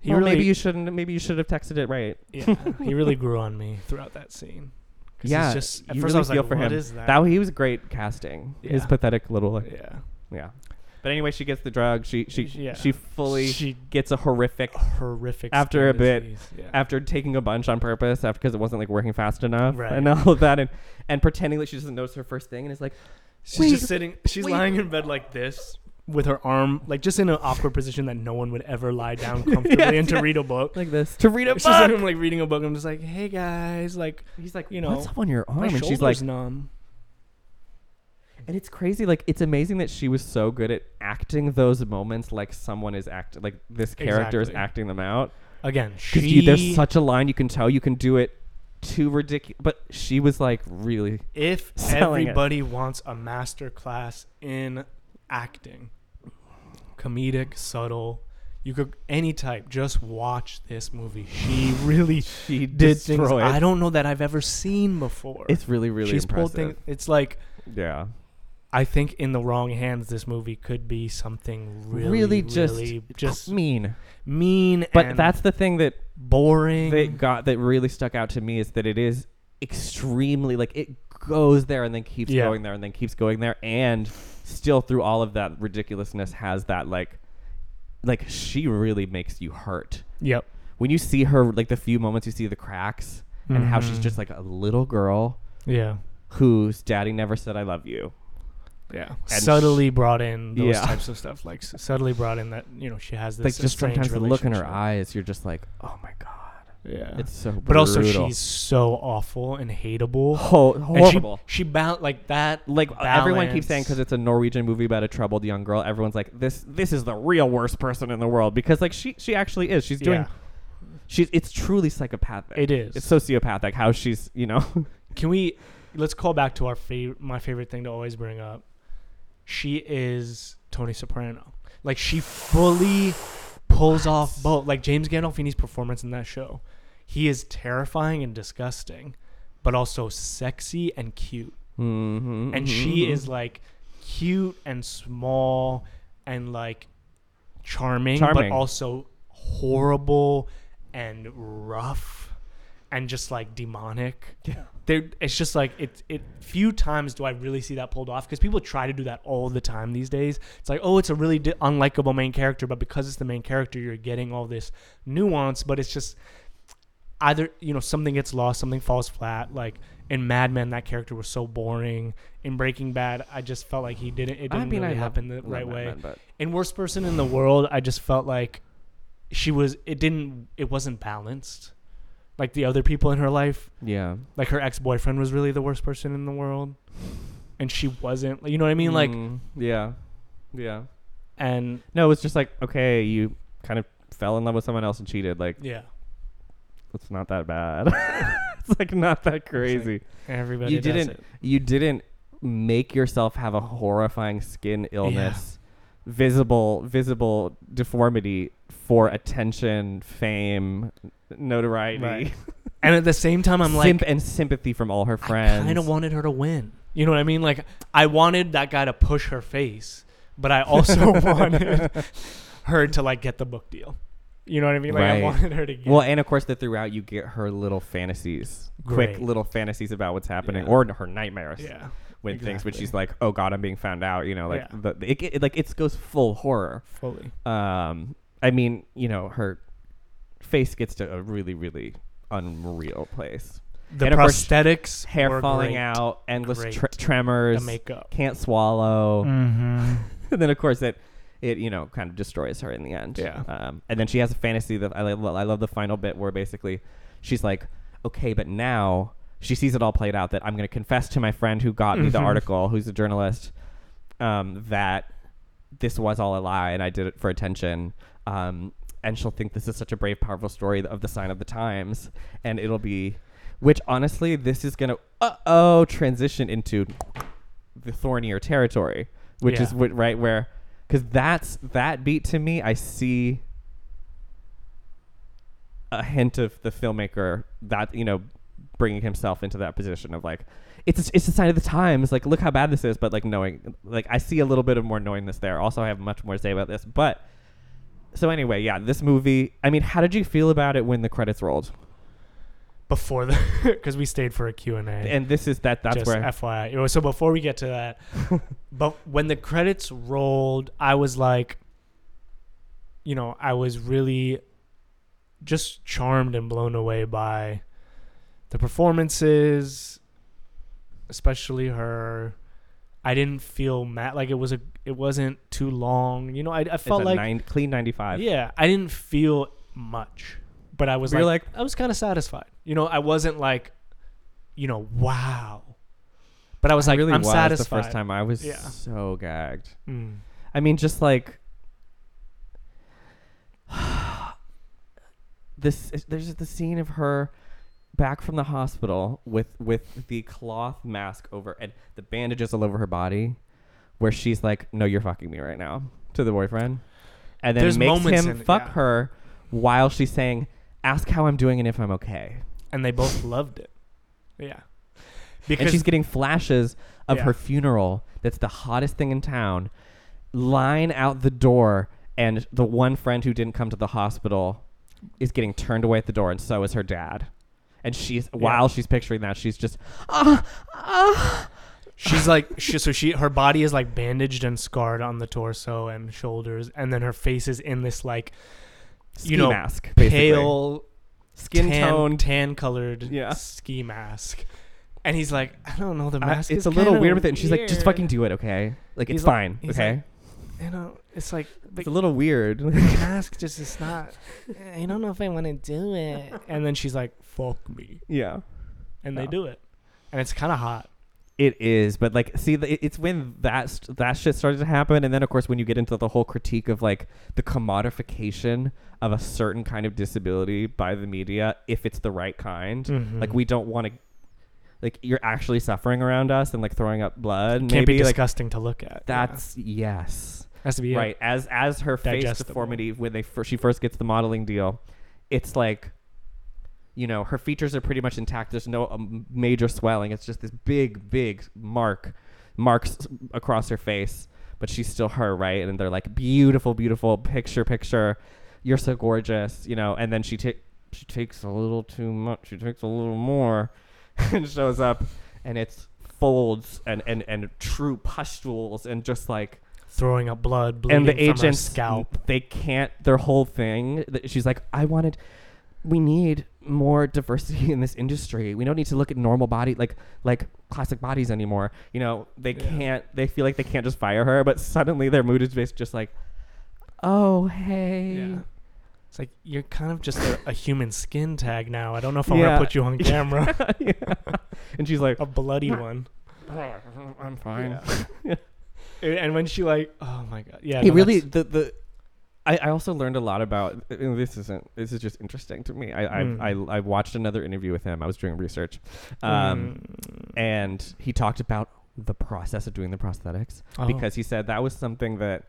S3: he maybe you shouldn't, maybe you should have texted it right.
S2: yeah, he really grew on me throughout that scene. 'Cause he's
S3: Yeah,
S2: just, at
S3: you
S2: first
S3: really
S2: I was
S3: feel
S2: like,
S3: for
S2: "What
S3: him."
S2: is that?
S3: That he was great casting. His
S2: Yeah.
S3: pathetic little, like,
S2: yeah,
S3: yeah. But anyway, she gets the drug. She she
S2: Yeah.
S3: she fully
S2: She-
S3: gets a horrific
S2: horrific.
S3: After a
S2: skin
S3: bit,
S2: disease, yeah.
S3: after taking a bunch on purpose after because it wasn't like working fast enough
S2: Right.
S3: and all of that and and pretending that she doesn't notice her first thing and is like
S2: she's
S3: wait,
S2: just sitting. She's
S3: wait.
S2: lying in bed like this. With her arm, like just in an awkward position that no one would ever lie down comfortably
S3: Yes,
S2: and to
S3: yes.
S2: read a book.
S3: like this to read a
S2: She's like,
S3: book.
S2: I'm like reading a book. I'm just like, hey guys, like
S3: He's like,
S2: you
S3: what's
S2: know,
S3: up on your
S2: my
S3: arm? And
S2: shoulder's
S3: she's like,
S2: numb.
S3: And it's crazy. Like it's amazing that she was so good at acting those moments. Like someone is acting. Like this character is
S2: Exactly.
S3: acting them out.
S2: Again,
S3: Because
S2: she
S3: there's such a line you can tell you can do it too ridiculous. But she was like really.
S2: if
S3: selling it.
S2: everybody wants a master class in acting comedic subtle you could any type just watch this movie she really
S3: She
S2: did things
S3: destroyed.
S2: i don't know that i've ever seen before
S3: It's really really
S2: she's
S3: impressive.
S2: pulled things it's like
S3: yeah.
S2: i think in the wrong hands this movie could be something really
S3: just
S2: really just
S3: mean.
S2: mean
S3: But
S2: and
S3: that's the thing that
S2: boring
S3: that got that really stuck out to me is that it is extremely like it goes there and then keeps
S2: Yeah.
S3: going there and then keeps going there and still through all of that ridiculousness has that like like she really makes you hurt
S2: yep
S3: when you see her like the few moments you see the cracks and how she's
S2: Mhm.
S3: just like a little girl
S2: yeah
S3: whose daddy never said i love you
S2: yeah
S3: And
S2: subtly brought in those
S3: Yeah.
S2: types of stuff like s- subtly brought in that you know she has this
S3: like just
S2: strange
S3: sometimes the look in her
S2: relationship.
S3: eyes you're just like oh my god
S2: yeah
S3: it's so
S2: but also
S3: brutal.
S2: she's so awful and hateable
S3: Ho-
S2: And she-
S3: horrible
S2: she, bound like that
S3: like uh, everyone keeps saying
S2: balance.
S3: because it's a Norwegian movie about a troubled young girl. Everyone's like, this this is the real worst person in the world because like she she actually is. She's doing
S2: Yeah.
S3: she's it's truly psychopathic.
S2: It is.
S3: It's sociopathic how she's you know
S2: can we let's call back to our favorite my favorite thing to always bring up she is tony soprano like she fully pulls off both like james gandolfini's performance in that show he is terrifying and disgusting but also sexy and cute
S3: Mhm,
S2: and
S3: mhm,
S2: she
S3: mhm.
S2: is like cute and small and like charming,
S3: Charming.
S2: but also horrible and rough and just like demonic.
S3: Yeah.
S2: There, it's just like it. It few times do I really see that pulled off because people try to do that all the time these days. It's like, oh, it's a really di- unlikable main character, but because it's the main character, you're getting all this nuance. But it's just either you know something gets lost, something falls flat. Like in Mad Men, that character was so boring. In Breaking Bad, I just felt like he didn't. It didn't
S3: I mean,
S2: really
S3: I love-
S2: happen the
S3: love
S2: right
S3: Mad
S2: way.
S3: Men, but
S2: In Worst Person in the World, I just felt like she was. It didn't. It wasn't balanced. Like the other people in her life,
S3: yeah,
S2: like her ex boyfriend was really the worst person in the world, and she wasn't. You know what I mean? Like
S3: Mm, yeah, yeah.
S2: and
S3: No, it's just like okay, you kind of fell in love with someone else and cheated. Like
S2: yeah,
S3: it's not that bad. it's like not that crazy.
S2: everybody.
S3: you
S2: does
S3: didn't
S2: it.
S3: you didn't make yourself have a horrifying skin illness visible visible deformity for attention fame notoriety
S2: Right. And at the same time, I'm like,
S3: Symp- and sympathy from all her
S2: I
S3: friends
S2: kind of wanted her to win. You know what I mean? Like I wanted that guy to push her face, but I also wanted her to like get the book deal. You know what I mean? Like I
S3: Right.
S2: wanted her to get.
S3: well and of course that throughout you get her little fantasies
S2: Great.
S3: quick little fantasies about what's happening
S2: Yeah.
S3: or her nightmares
S2: yeah,
S3: when things when
S2: exactly.
S3: she's like oh god i'm being found out you know like
S2: Yeah.
S3: the, it, it like it goes full horror
S2: fully.
S3: um i mean you know her face gets to a really really unreal place
S2: the
S3: And of course,
S2: prosthetics,
S3: hair
S2: were
S3: falling
S2: great.
S3: out, endless
S2: Great.
S3: tr- tremors,
S2: the makeup.
S3: can't swallow.
S2: Mm-hmm.
S3: and then of course it it you know kind of destroys her in the end.
S2: Yeah.
S3: Um, and then she has a fantasy that I love, I love the final bit where basically she's like, okay, but now she sees it all played out that I'm going to confess to my friend who got me the
S2: Mhm.
S3: article, who's a journalist, um, that this was all a lie and I did it for attention. Um, and she'll think this is such a brave, powerful story of the sign of the times, and it'll be. Which honestly, this is gonna uh oh transition into the thornier territory, which
S2: Yeah.
S3: is what right where, because that's that beat to me. I see a hint of the filmmaker that you know bringing himself into that position of like it's it's a sign of the times like look how bad this is but like knowing like i see a little bit of more knowingness there also i have much more to say about this but so anyway yeah this movie i mean how did you feel about it when the credits rolled
S2: Before the, because we stayed for a Q and A.
S3: and this is that that's
S2: Just
S3: where
S2: FYI. Oh, So before we get to that, but when the credits rolled, I was like, you know, I was really just charmed and blown away by the performances, especially her. I didn't feel mad like it was a it wasn't too long. You know, I, I
S3: it's a
S2: felt like
S3: nine, clean 95
S2: yeah, I didn't feel much, but I was
S3: You're
S2: like, I was kind of satisfied. You know, I wasn't like, you know, wow, but I was like,
S3: really
S2: I'm
S3: was
S2: satisfied.
S3: the first time i was
S2: Yeah.
S3: so gagged
S2: Mm.
S3: I mean, just like this. There's the scene of her back from the hospital with with the cloth mask over and the bandages all over her body, where she's like, "No, you're fucking me right now," to the boyfriend, and then
S2: There's
S3: makes
S2: moments
S3: him
S2: in it,
S3: fuck
S2: yeah.
S3: her while she's saying, "Ask how I'm doing and if I'm okay."
S2: And they both loved it. Yeah,
S3: and
S2: because
S3: she's getting flashes of
S2: Yeah.
S3: her funeral that's the hottest thing in town line out the door and the one friend who didn't come to the hospital is getting turned away at the door and so is her dad and she's while she's picturing that she's just ah ah
S2: she's like, she, so she her body is like bandaged and scarred on the torso and shoulders, and then her face is in this like
S3: ski
S2: know,
S3: mask basically.
S2: pale
S3: skin
S2: tan,
S3: tone
S2: tan colored
S3: Yeah.
S2: ski mask. And he's like, I don't know, the
S3: Uh,
S2: mask.
S3: it's
S2: is
S3: a little
S2: kinda
S3: weird with it and she's like just
S2: weird."
S3: fucking do it okay like
S2: He's
S3: it's
S2: like-
S3: fine
S2: he's
S3: okay
S2: like, You know, it's like the
S3: it's a little weird
S2: mask just is not. I don't know if I want to do it. Oh. And then she's like, "Fuck me,"
S3: yeah
S2: and
S3: Yeah.
S2: they do it, and it's kind of hot.
S3: It is, but like, see, the, it- it's when that st- that shit started to happen, and then of course when you get into the whole critique of like the commodification of a certain kind of disability by the media, if it's the right kind,
S2: Mm-hmm.
S3: like we don't want to, like you're actually suffering around us and like throwing up blood,
S2: can't be
S3: maybe like
S2: disgusting to look at.
S3: that's yes,
S2: yeah. has to be it.
S3: right. As as her face
S2: Digestible.
S3: deformity when they fir- she first gets the modeling deal, it's like. You know, her features are pretty much intact. There's no um, major swelling. It's just this big, big mark, marks across her face, but she's still her, right? And they're like, beautiful, beautiful picture, picture. You're so gorgeous, you know. And then she ta- she takes a little too much. She takes a little more, and shows up, and it's folds and and and true pustules and just like
S2: Throwing up blood, bleeding
S3: and the
S2: from her
S3: agents
S2: scalp.
S3: they can't their whole thing th- she's like i wanted we need more diversity in this industry we don't need to look at normal body like like classic bodies anymore you know they
S2: Yeah.
S3: can't they feel like they can't just fire her but suddenly their mood is based just like oh hey
S2: Yeah. It's like you're kind of just a, a human skin tag now. I don't know if I
S3: Yeah.
S2: want to put you on camera.
S3: Yeah. and she's like
S2: a bloody one. Oh,
S3: i'm fine
S2: And when she like, oh my god, yeah,
S3: it
S2: no,
S3: really
S2: that's-
S3: the the I, I also learned a lot about and this isn't this is just interesting to me. I I,
S2: Mm.
S3: I I watched another interview with him. I was doing research,
S2: Hmm.
S3: um,
S2: Mm.
S3: and he talked about the process of doing the prosthetics
S2: Oh.
S3: because he said that was something that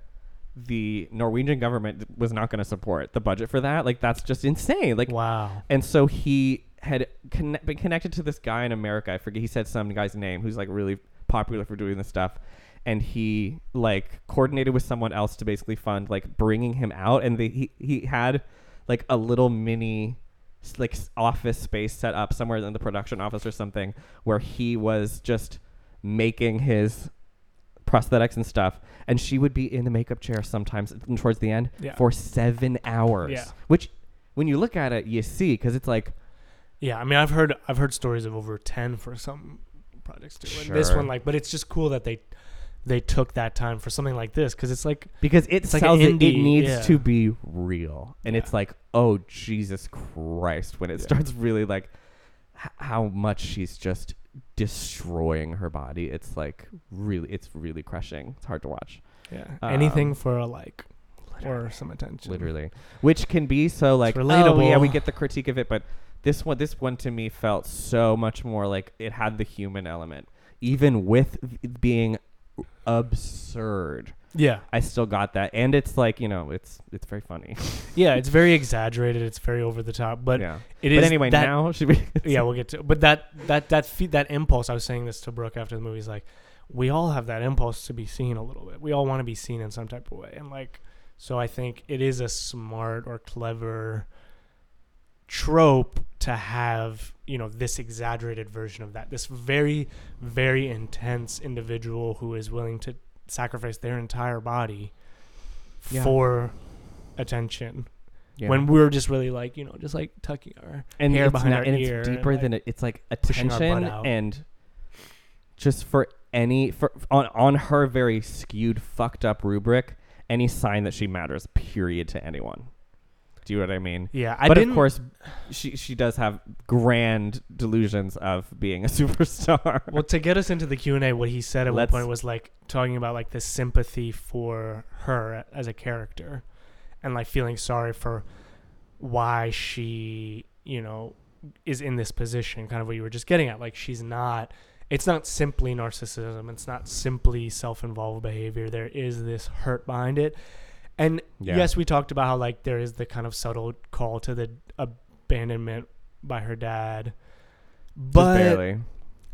S3: the Norwegian government was not going to support the budget for that. Like that's just insane. Like
S2: wow,
S3: and so he had conne- been connected to this guy in America. I forget. He said some guy's name who's like really popular for doing this stuff. And he like coordinated with someone else to basically fund like bringing him out. And they, he he had like a little mini s- like s- office space set up somewhere in the production office or something where he was just making his prosthetics and stuff and she would be in the makeup chair sometimes uh, towards the end
S2: Yeah.
S3: for seven hours
S2: Yeah.
S3: which when you look at it you see because it's like
S2: Yeah, I mean, I've heard I've heard stories of over ten for some projects too. And this
S3: Sure.
S2: one, like, but it's just cool that they they took that time for something like this because it's like
S3: because it
S2: It's like
S3: sells
S2: an
S3: it, it
S2: indie,
S3: needs
S2: yeah.
S3: to be real and it's
S2: Yeah.
S3: like oh jesus christ when it starts really like h- how much she's just destroying her body it's like really it's really crushing it's hard to watch
S2: yeah,
S3: Um,
S2: anything for a like or some attention.
S3: literally which can be so like oh yeah
S2: relatable.
S3: we get the critique of it but this one this one to me felt so much more like it had the human element even with it being absurd
S2: Yeah,
S3: i still got that and it's like you know it's it's very funny
S2: yeah. It's very exaggerated. It's very over the top, but
S3: yeah
S2: it
S3: but
S2: is
S3: anyway,
S2: that-
S3: now should we?
S2: yeah, we'll get to. But that that that fe- that impulse. I was saying this to Brooke after the movie. Is like, we all have that impulse to be seen a little bit. We all want to be seen in some type of way, and like, so I think it is a smart or clever trope to have you know this exaggerated version of that. This very very intense individual who is willing to sacrifice their entire body
S3: Yeah.
S2: for attention when we're just really like you know just like tucking our
S3: and
S2: hair
S3: it's
S2: behind
S3: not-
S2: our
S3: and
S2: ear
S3: it's
S2: and,
S3: deeper
S2: like,
S3: than it, it's like
S2: pushing our butt
S3: attention
S2: out.
S3: and just for any for on on her very skewed fucked up rubric, any sign that she matters, period, to anyone. Do you know what I mean?
S2: yeah I
S3: but
S2: didn't
S3: of course, she she does have grand delusions of being a superstar.
S2: well to get us into the q&a what he said at
S3: Let's-
S2: one point was like talking about like the sympathy for her as a character and like feeling sorry for why she you know is in this position kind of what you were just getting at like she's not it's not simply narcissism it's not simply self-involved behavior there is this hurt behind it and
S3: Yeah.
S2: yes we talked about how like there is the kind of subtle call to the abandonment by her dad
S3: Just
S2: but
S3: barely.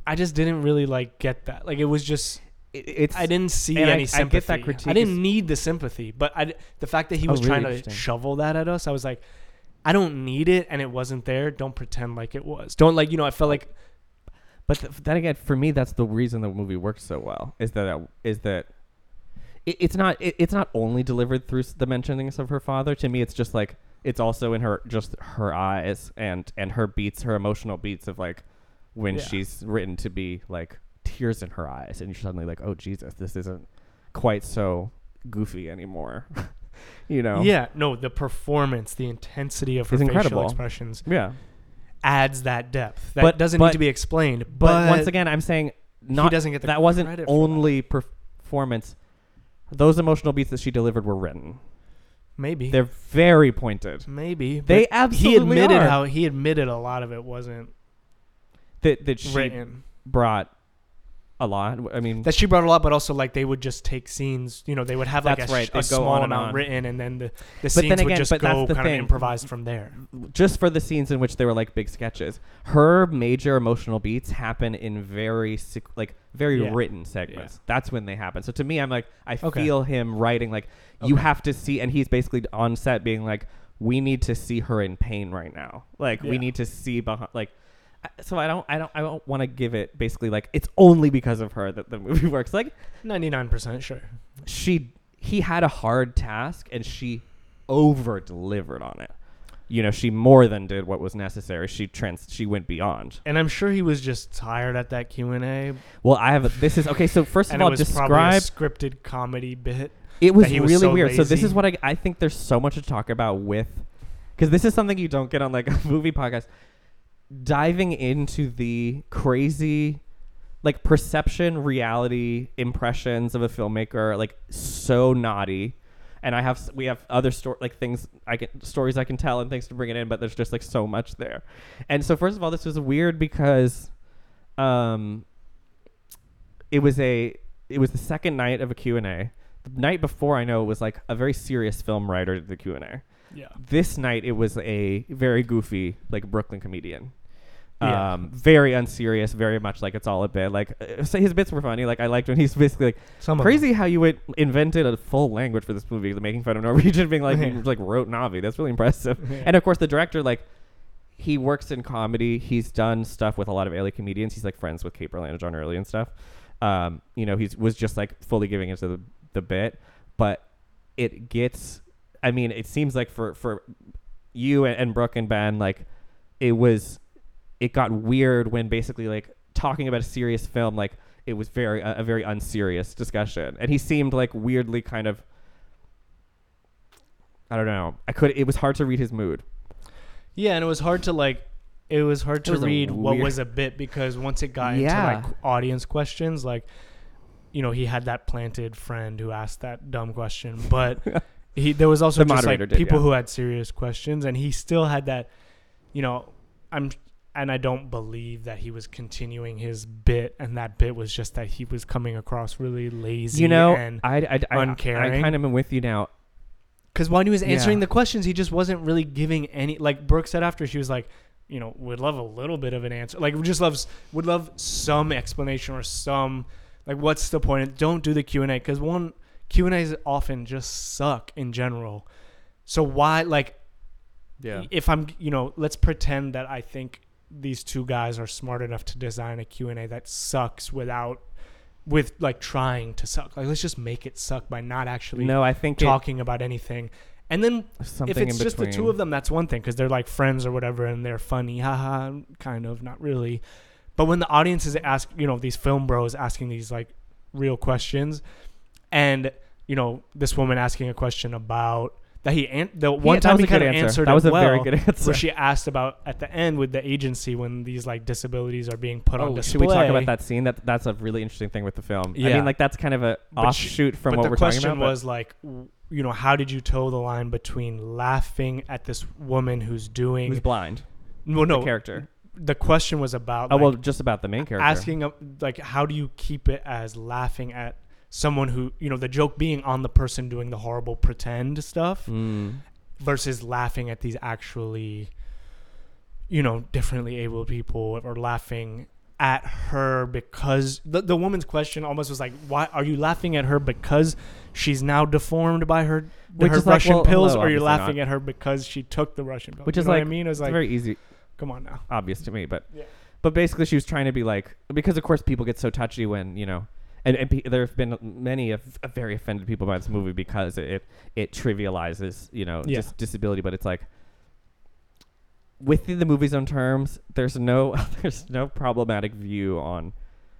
S2: I just didn't really like get that. Like it was just
S3: It- it's
S2: I didn't see
S3: and I-
S2: any
S3: I get
S2: sympathy. I,
S3: that critique
S2: didn't
S3: is-
S2: need the sympathy, but I d- the fact that he
S3: Oh,
S2: was
S3: really
S2: trying to
S3: interesting.
S2: shovel that at us, I was like, I don't need it, and it wasn't there. Don't pretend like it was. Don't like you know. I felt like
S3: But th- then again, for me, that's the reason the movie works so well. Is that it- is that it, it's not it, it's not only delivered through s- the mentionings of her father. To me, it's just like it's also in her just her eyes and and her beats, her emotional beats of like when
S2: Yeah.
S3: she's written to be like tears in her eyes, and you're suddenly like, oh Jesus, this isn't quite so goofy anymore. you know?
S2: yeah, no. The performance, the intensity of her
S3: It's
S2: facial
S3: incredible.
S2: expressions
S3: Yeah.
S2: adds that depth that
S3: But-
S2: doesn't
S3: but-
S2: need to be explained. But,
S3: But, once again, I'm saying not
S2: doesn't get the
S3: that wasn't
S2: credit for
S3: only performance. Those emotional beats that she delivered were written.
S2: maybe
S3: They're very pointed.
S2: maybe
S3: They
S2: but
S3: absolutely
S2: he admitted
S3: are.
S2: how he admitted a lot of it wasn't
S3: that that she
S2: written.
S3: brought a lot. I mean,
S2: that she brought a lot, but also like they would just take scenes. You know, they would have like
S3: That's
S2: a,
S3: right,
S2: sh-
S3: they'd
S2: a
S3: go
S2: small
S3: on and
S2: amount
S3: on.
S2: written, and then the, the scenes
S3: then
S2: would
S3: again,
S2: just
S3: but that's
S2: go
S3: the
S2: kind
S3: thing.
S2: of improvised from there.
S3: just for the scenes in which they were like big sketches, her major emotional beats happen in very sec- like very
S2: Yeah.
S3: written segments. That's when they happen. So to me, I'm like, I
S2: Okay.
S3: feel him writing like you have to see, and he's basically on set being like, we need to see her in pain right now. Like we
S2: Yeah.
S3: need to see behind like. I- So I don't, I don't, I don't want to give it basically like it's only because of her that the movie works. Like
S2: Ninety nine percent sure.
S3: she he had a hard task and she over delivered on it. You know, she more than did what was necessary. She trans she went beyond.
S2: And I'm sure he was just tired at that Q and A,
S3: Well, I have this is okay. So first of
S2: and it
S3: all,
S2: was
S3: describe
S2: probably a scripted comedy bit.
S3: it was
S2: that he
S3: really
S2: was so
S3: weird. So this
S2: lazy.
S3: is what I I think there's so much to talk about with because this is something you don't get on like a movie podcast. Diving into the crazy like perception, reality, impressions of a filmmaker, like so naughty. And I have s- we have other story like things I can stories I can tell and things to bring it in, but there's just like so much there. And so first of all, this was weird because um it was a it was the second night of a Q&A. The night before I know it was like a very serious film writer did the Q&A.
S2: Yeah,
S3: This night it was a very goofy like Brooklyn comedian.
S2: Yeah.
S3: Um, very unserious, very much like it's all a bit. Like uh, so his bits were funny. Like I liked when he's basically like
S2: some
S3: crazy how you went, invented a full language for this movie, like, making fun of Norwegian, being like
S2: Yeah.
S3: you, like wrote Navi. That's really impressive.
S2: Yeah.
S3: And of course, the director like he works in comedy. He's done stuff with a lot of LA comedians. He's like friends with Kate Berland and John Early and stuff. Um, you know, he's was just like fully giving into the the bit, but it gets. I mean, it seems like for for you and, and Brooke and Ben, like it was
S4: it got weird when basically like talking about a serious film like it was very a, a very unserious discussion and he seemed like weirdly kind of I don't know. I could. It was hard to read his mood.
S2: Yeah, and it was hard to like it was hard to
S4: was a
S2: read what
S4: weird-
S2: was a bit because once it got
S4: Yeah.
S2: into like audience questions, like you know, he had that planted friend who asked that dumb question, but he there was also
S4: The
S2: just like
S4: moderator did,
S2: people
S4: yeah.
S2: who had serious questions and he still had that you know, I'm and I don't believe that he was continuing his bit and that bit was just that he was coming across really lazy
S4: You know,
S2: and
S4: I I I, I
S2: uncaring.
S4: kind of am with you now.
S2: because when he was answering
S4: Yeah.
S2: the questions, he just wasn't really giving any. Like Brooke said after, she was like, you know, would love a little bit of an answer. Like, would just loves would love some explanation or some like, what's the point? Don't do the Q and A because one Q and A's often just suck in general. So why like
S4: Yeah.
S2: if I'm, you know, let's pretend that I think these two guys are smart enough to design a Q&A that sucks without with like trying to suck. Like let's just make it suck by not actually
S4: No, I think it-
S2: talking about anything. And then
S4: Something
S2: if it's
S4: in
S2: just the two
S4: between.
S2: of them, that's one thing because they're like friends or whatever, and they're funny, haha, kind of, not really. But when the audience is ask, you know, these film bros asking these like real questions, and you know, this woman asking a question about that he an- the one
S4: that
S2: time
S4: was
S2: he
S4: a good
S2: kind of
S4: answer.
S2: answered
S4: That
S2: it
S4: was a very
S2: well,
S4: good answer.
S2: Where she asked about at the end with the agency when these like disabilities are being put on
S4: Oh,
S2: display.
S4: should we talk about that scene? That that's a really interesting thing with the film. I
S2: Yeah.
S4: mean, like that's kind of a
S2: But she-
S4: offshoot from
S2: but
S4: what
S2: the
S4: we're
S2: question
S4: talking about. but-
S2: was like w- you know how did you toe the line between laughing at this woman who's doing
S4: who's blind?
S2: well no
S4: the character.
S2: the question was about
S4: Oh
S2: like,
S4: well, just about the main character.
S2: asking uh, like how do you keep it as laughing at someone who you know the joke being on the person doing the horrible pretend stuff
S4: Mm.
S2: versus laughing at these actually you know differently able people or laughing at her because the, the woman's question almost was like why are you laughing at her because she's now deformed by her
S4: Which
S2: her
S4: is like,
S2: russian
S4: well,
S2: pills
S4: hello,
S2: or you're
S4: obviously
S2: laughing
S4: not.
S2: at her because she took the russian pills
S4: Which
S2: You
S4: is
S2: know what
S4: like-
S2: i mean it was
S4: It's
S2: like
S4: very easy,
S2: come on now
S4: obvious to me, but
S2: Yeah.
S4: but basically she was trying to be like because of course people get so touchy when you know. And, and pe- there have been many of of very offended people by this movie because it it, it trivializes you know
S2: Yeah.
S4: dis- disability, but it's like within the movie's own terms, there's no there's no problematic view on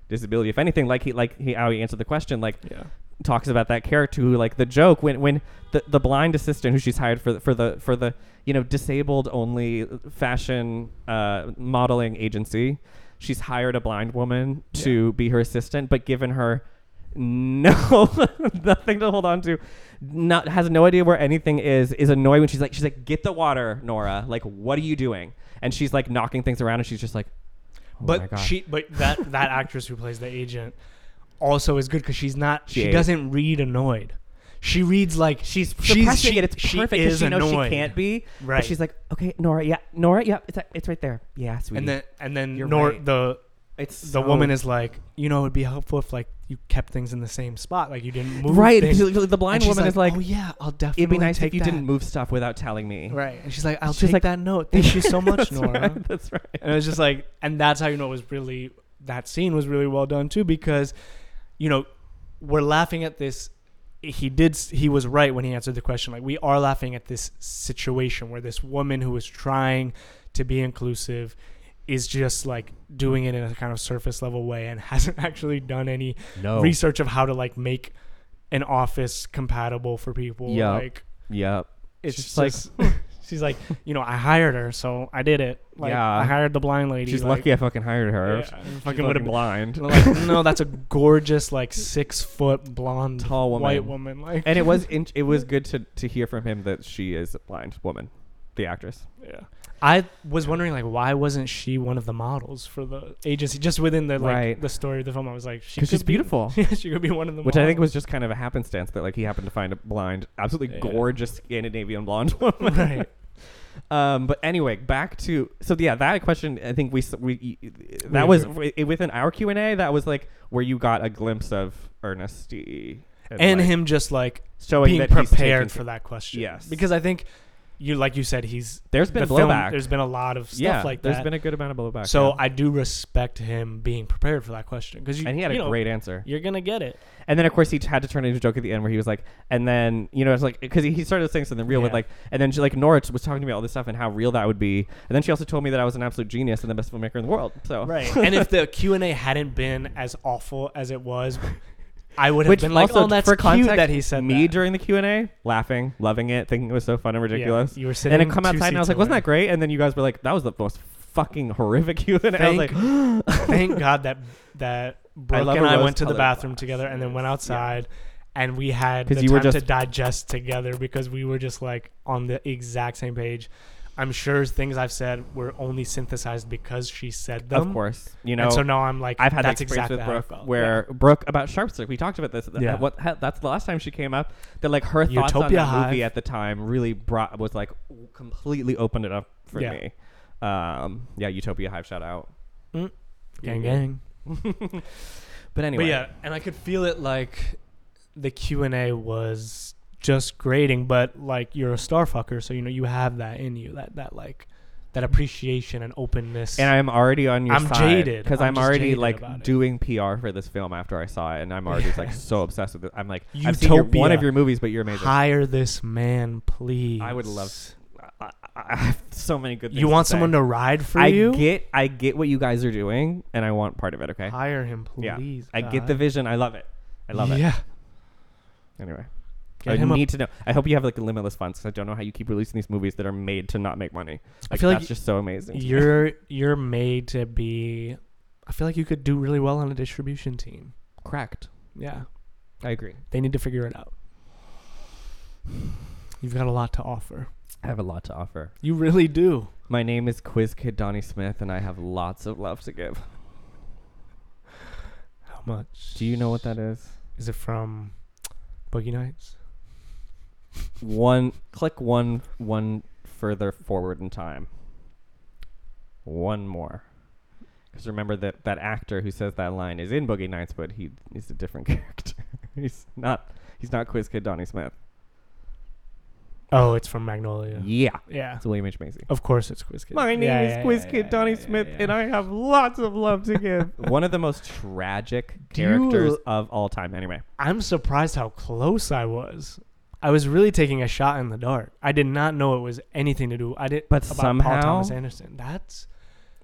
S4: disability. If anything, like he like he how he answered the question, like
S2: yeah
S4: talks about that character who like the joke when when the, the blind assistant who she's hired for the, for the for the you know disabled only fashion uh, modeling agency she's hired a blind woman to be her assistant but given her no nothing to hold on to not has no idea where anything is is annoyed when she's like she's like get the water nora like what are you doing and she's like knocking things around and she's just like "Oh my
S2: but
S4: God."
S2: she but that that actress who plays the agent also is good because she's not she,
S4: She is.
S2: doesn't read annoyed she reads like
S4: she's
S2: she's-
S4: suppressing
S2: she-
S4: it. It's
S2: she
S4: perfect because
S2: is
S4: she knows
S2: annoyed.
S4: she can't be.
S2: Right.
S4: But she's like, okay, Nora, yeah, Nora, yeah, it's it's right there. Yeah, sweetie.
S2: and then and then
S4: You're
S2: nor
S4: right.
S2: the
S4: it's
S2: the woman is like you know it would be helpful if like you kept things in the same spot like you didn't move
S4: right.
S2: things.
S4: The, the
S2: And
S4: blind
S2: she's
S4: woman is like,
S2: oh yeah i'll definitely
S4: it'd be nice
S2: take
S4: if you
S2: that.
S4: didn't move stuff without telling me.
S2: right and she's like i'll
S4: She's
S2: take
S4: like-
S2: that note thank you so much
S4: That's
S2: nora
S4: right, That's right.
S2: and it was just like and that's how you know it was really that scene was really well done too because you know we're laughing at this he did s- he was right when he answered the question like we are laughing at this situation where this woman who is trying to be inclusive is just like doing it in a kind of surface level way and hasn't actually done any
S4: No.
S2: research of how to like make an office compatible for people
S4: Yeah.
S2: like
S4: Yep.
S2: it's
S4: She's
S2: just
S4: like-
S2: like she's like you know i hired her so i did it like
S4: Yeah.
S2: i hired the blind lady
S4: She's
S2: like,
S4: lucky I fucking hired her.
S2: yeah,
S4: She's
S2: fucking would have been
S4: blind.
S2: like, no, that's a gorgeous, like six foot blonde,
S4: Tall woman.
S2: white woman. Like,
S4: And it was in, it was good to, to hear from him that she is a blind woman, the actress.
S2: yeah. I was wondering, like, why wasn't she one of the models for the agency? Just within the like
S4: Right.
S2: the story of the film, I was like, she
S4: 'Cause
S2: could
S4: she's
S2: be-
S4: beautiful.
S2: Yeah, she could be one of the.
S4: Which I
S2: models.
S4: think was just kind of a happenstance that like he happened to find a blind, absolutely
S2: Yeah.
S4: gorgeous Scandinavian blonde woman.
S2: right.
S4: Um, but anyway, back to so yeah, that question I think we s- we that
S2: We
S4: was
S2: agree.
S4: wi- within our Q and A. That was like where you got a glimpse of Ernesty
S2: And
S4: like,
S2: him just like
S4: showing
S2: being
S4: that he's
S2: prepared
S4: taking-
S2: for that question.
S4: Yes.
S2: Because I think you like you said he's
S3: There's been
S2: the film-
S3: blowback.
S2: there's been a lot of stuff
S3: yeah,
S2: like
S3: there's
S2: that.
S3: been a good amount of blowback.
S2: so
S3: yeah.
S2: I do respect him being prepared for that question because
S3: and he had a
S2: you know,
S3: great answer.
S2: You're gonna get it.
S3: And then of course he had to turn it into a joke at the end where he was like, and then you know it's like because he, he started saying something real with
S2: Yeah.
S3: like, and then she, like Nora was talking to me about all this stuff and how real that would be, and then she also told me that I was an absolute genius and the best filmmaker in the world. So
S2: and if the Q and A hadn't been as awful as it was, I would have
S3: Which
S2: been like,
S3: also,
S2: "Oh, that's
S3: for
S2: cute
S3: context,
S2: that he said
S3: me
S2: that."
S3: during the Q and A, laughing, loving it, thinking it was so fun and ridiculous.
S2: you were
S3: and then
S2: sitting
S3: come
S2: two
S3: outside and I was
S2: seats
S3: like, wasn't
S2: away.
S3: that great? And then you guys were like, that was the most fucking horrific Q and A. I was like,
S2: Thank- Thank God that that Brooke
S3: love
S2: and
S3: a
S2: I went to the
S3: rose-colored
S2: bathroom
S3: glass.
S2: together and then went
S3: Yes.
S2: outside, and we had
S3: 'Cause
S2: the
S3: you
S2: time
S3: were
S2: to
S3: just-
S2: digest together because we were just like on the exact same page. I'm sure things I've said were only synthesized because she said them.
S3: of course, you know.
S2: and so now I'm like,
S3: I've had
S2: that's
S3: that experience
S2: exactly how I
S3: with Brooke,
S2: felt.
S3: where Brooke about Sharpstick. We talked about this. at the-
S2: Yeah.
S3: What he- that's the last time she came up. That like her thoughts on
S2: Utopia
S3: the
S2: Hive.
S3: movie at the time really brought was like completely opened it up for
S2: Yeah.
S3: me. Um, yeah, Utopia Hive shout out.
S2: Mm.
S3: Yeah,
S2: gang
S3: yeah.
S2: gang.
S3: But anyway,
S2: But yeah, and I could feel it like the Q and A was just grating, but like you're a star fucker, so you know you have that in you that that like that appreciation and openness.
S3: and I'm already on your
S2: I'm
S3: side
S2: jaded.
S3: because
S2: I'm
S3: I'm,
S2: just
S3: already
S2: jaded about
S3: like
S2: it.
S3: doing PR for this film after I saw it, and I'm already like so obsessed with it. I'm like, I've seen your, one
S2: Utopia.
S3: of your movies, but you're amazing.
S2: hire this man, please.
S3: I would love. I, I, I have so many good. Things
S2: You want
S3: to say.
S2: someone to ride for
S3: I
S2: you?
S3: get, I get what you guys are doing, and I want part of it. Okay.
S2: hire him,
S3: Yeah.
S2: please.
S3: I get the
S2: God.
S3: vision. I love it. I love it.
S2: uh, Yeah,
S3: Anyway.
S2: Get
S3: I
S2: him a-
S3: need to know. I hope you have like a limitless funds 'cause I don't know how you keep releasing these movies that are made to not make money. Like,
S2: I feel
S3: that's
S2: like
S3: just so amazing. to me.
S2: you're you're made to be. I feel like you could do really well on a distribution team.
S3: cracked.
S2: Yeah,
S3: I agree.
S2: they need to figure it out. You've got a lot to offer.
S3: I have a lot to offer.
S2: You really do.
S3: My name is Quiz Kid Donnie Smith, and I have lots of love to give.
S2: How much?
S3: Do you know what that is?
S2: Is it from Boogie Nights?
S3: One click one one further forward in time. One more. Because remember that that actor who says that line is in Boogie Nights, but he is a different character. he's not. He's not Quiz Kid Donnie Smith.
S2: Oh, it's from Magnolia.
S3: Yeah.
S2: Yeah.
S3: It's William H. Macy.
S2: Of course, it's Quiz Kid.
S3: My
S2: Yeah,
S3: name
S2: yeah,
S3: is
S2: yeah,
S3: Quiz
S2: yeah,
S3: Kid
S2: yeah,
S3: Donnie
S2: yeah, yeah,
S3: Smith,
S2: yeah.
S3: and I have lots of love to give. One of the most tragic
S2: Do you-
S3: characters of all time. Anyway,
S2: I'm surprised how close I was. I was really taking a shot in the dark. I did not know it was anything to do. I did,
S3: But
S2: about
S3: somehow-
S2: Paul Thomas Anderson. That's.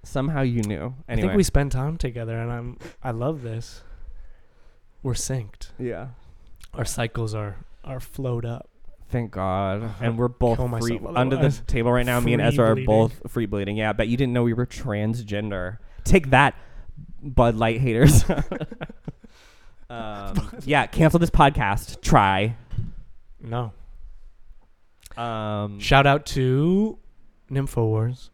S3: somehow you knew. Anyway,
S2: I think we spend time together, and I'm. I love this. We're synced.
S3: yeah.
S2: Our cycles are are flowed up.
S3: Thank God. And we're both
S2: Kill myself
S3: free under the
S2: otherwise.
S3: table right now. Me and
S2: Free
S3: Ezra
S2: bleeding.
S3: are both free bleeding. Yeah, but you didn't know we were transgender. Take that, Bud Light haters. um, yeah, cancel this podcast. Try.
S2: No.
S3: Um,
S2: Shout out to Nympho Wars.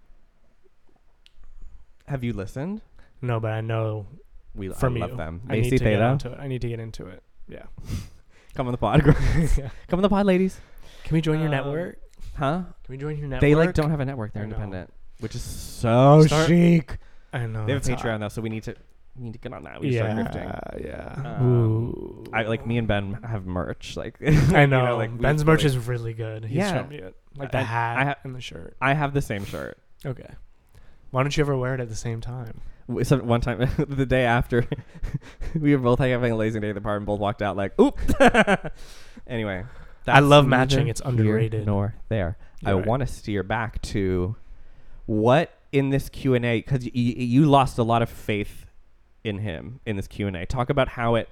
S3: have you listened?
S2: No, but I know
S3: We I
S2: from
S3: love
S2: you.
S3: them.
S2: I need to
S3: Macy
S2: get
S3: Theta,
S2: into it. I need to get into it.
S3: come on the pod. girl.
S2: Yeah.
S3: come on the pod, ladies.
S2: Can we join your
S3: Um,
S2: network?
S3: Huh?
S2: Can we join your network?
S3: They like don't have a network. They're
S2: I know.
S3: independent, which is so
S2: Start-
S3: chic.
S2: I know.
S3: They have
S2: that's
S3: a
S2: hot.
S3: Patreon though, so we need to we need to get on that. We need to
S2: yeah,
S3: start grifting.
S2: yeah.
S3: Um,
S2: Ooh.
S3: I like me and Ben have merch. Like
S2: I know.
S3: like, we-
S2: Ben's merch
S3: like-
S2: is really good. He's
S3: Yeah.
S2: shown me it. Like the
S3: I-
S2: hat
S3: I ha-
S2: and the shirt.
S3: I have the same shirt.
S2: Okay. Why don't you ever wear it at the same time?
S3: W- So one time, the day after, we were both like, having a lazy day at the park and both walked out like, oop. anyway,
S2: I love
S3: neither
S2: matching. It's
S3: here
S2: underrated.
S3: Nor there. I
S2: You're right.
S3: want to steer back to what in this Q and A because y- y- you lost a lot of faith in him in this Q and A. Talk about how it.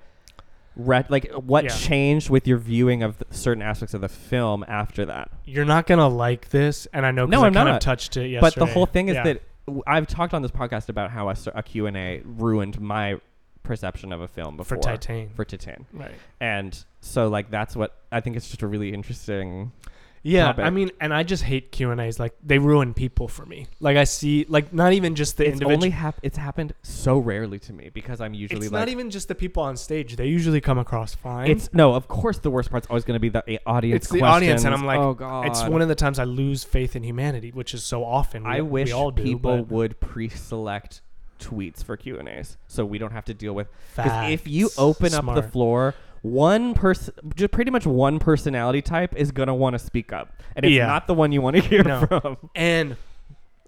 S3: Re- like what
S2: Yeah.
S3: changed with your viewing of th- certain aspects of the film after that?
S2: You're not gonna like this, and I know. 'cause
S3: No,
S2: I
S3: I'm
S2: kind
S3: not.
S2: Of touched it
S3: but
S2: yesterday.
S3: the whole thing is
S2: Yeah.
S3: that w- I've talked on this podcast about how a, cer- a Q&A ruined my perception of a film
S2: for
S3: before
S2: Titan,
S3: for Titan.
S2: right?
S3: And so like that's what I think it's just a really interesting
S2: Yeah,
S3: topic.
S2: I mean, and I just hate Q and A's. Like they ruin people for me. Like I see, like not even just the
S3: it's
S2: individual.
S3: only hap- it's happened so rarely to me because I'm usually
S2: it's
S3: like
S2: not even just the people on stage. They usually come across fine.
S3: it's no, oh, of course the worst part's always going to be the a- audience
S2: It's the audience, and
S3: questions.
S2: I'm like,
S3: oh god.
S2: It's one of the times I lose faith in humanity, which is so often. We,
S3: I wish
S2: we all do,
S3: people
S2: but
S3: would pre-select tweets for Q&As so we don't have to deal with Because
S2: facts.
S3: if you open up
S2: Smart.
S3: the floor
S4: one person, just pretty much one personality type is gonna want to speak up, and it's
S2: Yeah.
S4: not the one you want to hear
S2: No.
S4: from.
S2: And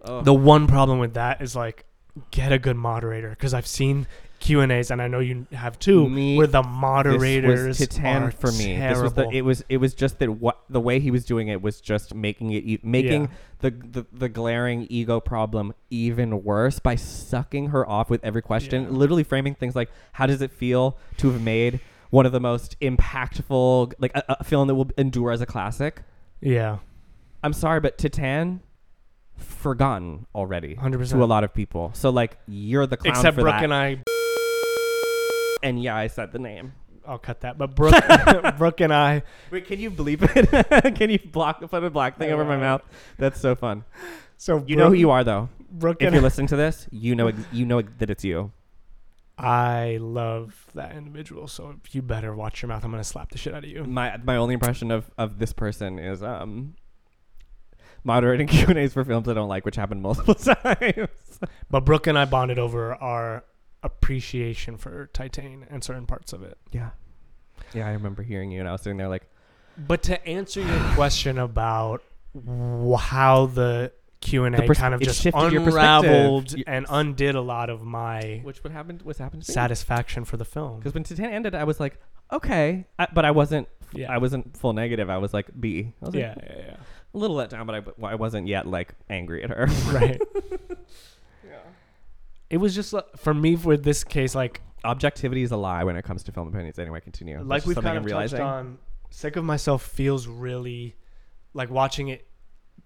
S4: Ugh.
S2: the one problem with that is like get a good moderator because I've seen Q and A's and I know you have too,
S4: Me-
S2: where the
S4: this
S2: moderators
S4: was Titan
S2: are
S4: for me. This was
S2: Terrible.
S4: the, it was it was just that what the way he was doing it was just making it e- making
S2: Yeah.
S4: the, the the glaring ego problem even worse by sucking her off with every question,
S2: Yeah.
S4: literally framing things like how does it feel to have made one of the most impactful like a, a film that will endure as a classic.
S2: yeah,
S4: I'm sorry, but Titan forgotten already
S2: 100%.
S4: to a lot of people. So like you're the clown
S2: except
S4: for
S2: Brooke
S4: that.
S2: and I.
S4: and yeah, I said the name.
S2: I'll cut that, but Brooke, Brooke and I.
S4: Wait, can you bleep it? can you block put a black thing over my mouth? That's so fun.
S2: So
S4: You know who you are though.
S2: Brooke
S4: If
S2: and
S4: you're listening to this, you know ex- you know ex- that it's you.
S2: I love that individual. So you better watch your mouth. I'm gonna slap the shit out of you.
S4: My my only impression of of this person is um moderating Q and A's for films I don't like, which happened multiple times.
S2: But Brooke and I bonded over our appreciation for Titan and certain parts of it.
S4: Yeah, yeah, I remember hearing you, and I was sitting there like,
S2: But to answer your question about wh- how the Q and
S4: The
S2: A
S4: pers-
S2: kind of
S4: it
S2: just
S4: shifted your perspective.
S2: unraveled
S4: You-
S2: and undid a lot of my
S4: which what happened? What's happened? To me?
S2: satisfaction for the film.
S4: Because when Titan ended, I was like, okay, I, but I wasn't.
S2: Yeah.
S4: I wasn't full negative. I was like B. I was like,
S2: Yeah, yeah,
S4: a little let down, but I, but I wasn't yet like angry at her.
S2: yeah. right. It was just like- for me for this case, like
S4: Objectivity is a lie when it comes to film opinions. Anyway, continue. That's
S2: like
S4: just
S2: we've
S4: something
S2: kind
S4: I'm
S2: of touched on. Sick of myself feels really like watching it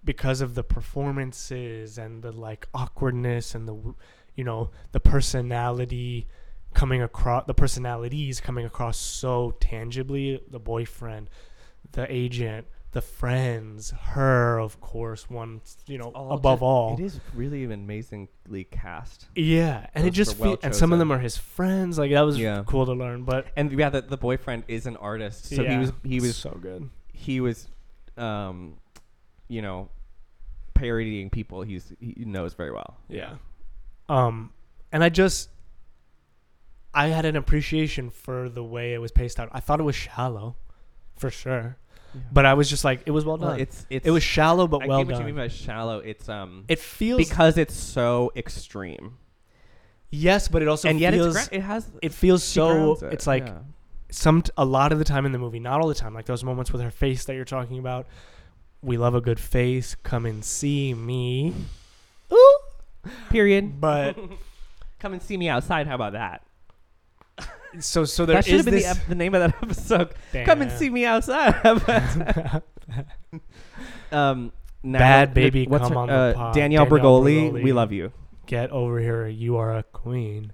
S2: because of the performances and the like awkwardness and the w- you know the personality coming across the personalities coming across so tangibly the boyfriend the agent the friends her of course one you know
S4: All
S2: above
S4: just-
S2: all
S4: It is really amazingly cast.
S2: yeah and it
S4: Those
S2: just
S4: were well
S2: fe- and some of
S4: chosen.
S2: them are his friends like that was
S4: Yeah.
S2: cool to learn but
S4: And yeah, the, the boyfriend is an artist, so he
S2: yeah,
S4: was he was
S2: so good
S4: he was, um, you know, parodying people he's he knows very well.
S2: Yeah. Um, and I just, I had an appreciation for the way it was paced out. I thought it was shallow, for sure, but I was just like, it was well done.
S4: Well, it's it's
S2: it was shallow but
S4: I
S2: well
S4: get what you mean
S2: done.
S4: by shallow. It's um
S2: It feels
S4: because it's so extreme,
S2: yes, but it also
S4: and yet
S2: feels
S4: it's gra- it has
S2: it feels
S4: she
S2: so.
S4: grounds it,
S2: It's like
S4: yeah.
S2: some a lot of the time in the movie, not all the time. Like those moments with her face that you're talking about. We love a good face. Come and see me. Ooh.
S4: period.
S2: But
S4: Come and see me outside. How about that?
S2: so so there
S4: that should
S2: is
S4: have been the,
S2: this.
S4: ep- the name of that episode. Come and
S2: Damn.
S4: see me outside. How about that? um, now-
S2: Bad baby,
S4: what's
S2: come
S4: her-
S2: on the
S4: uh,
S2: pod.
S4: Danielle,
S2: Danielle
S4: Bergoli,
S2: Bregoli.
S4: we love you.
S2: get over here. You are a queen.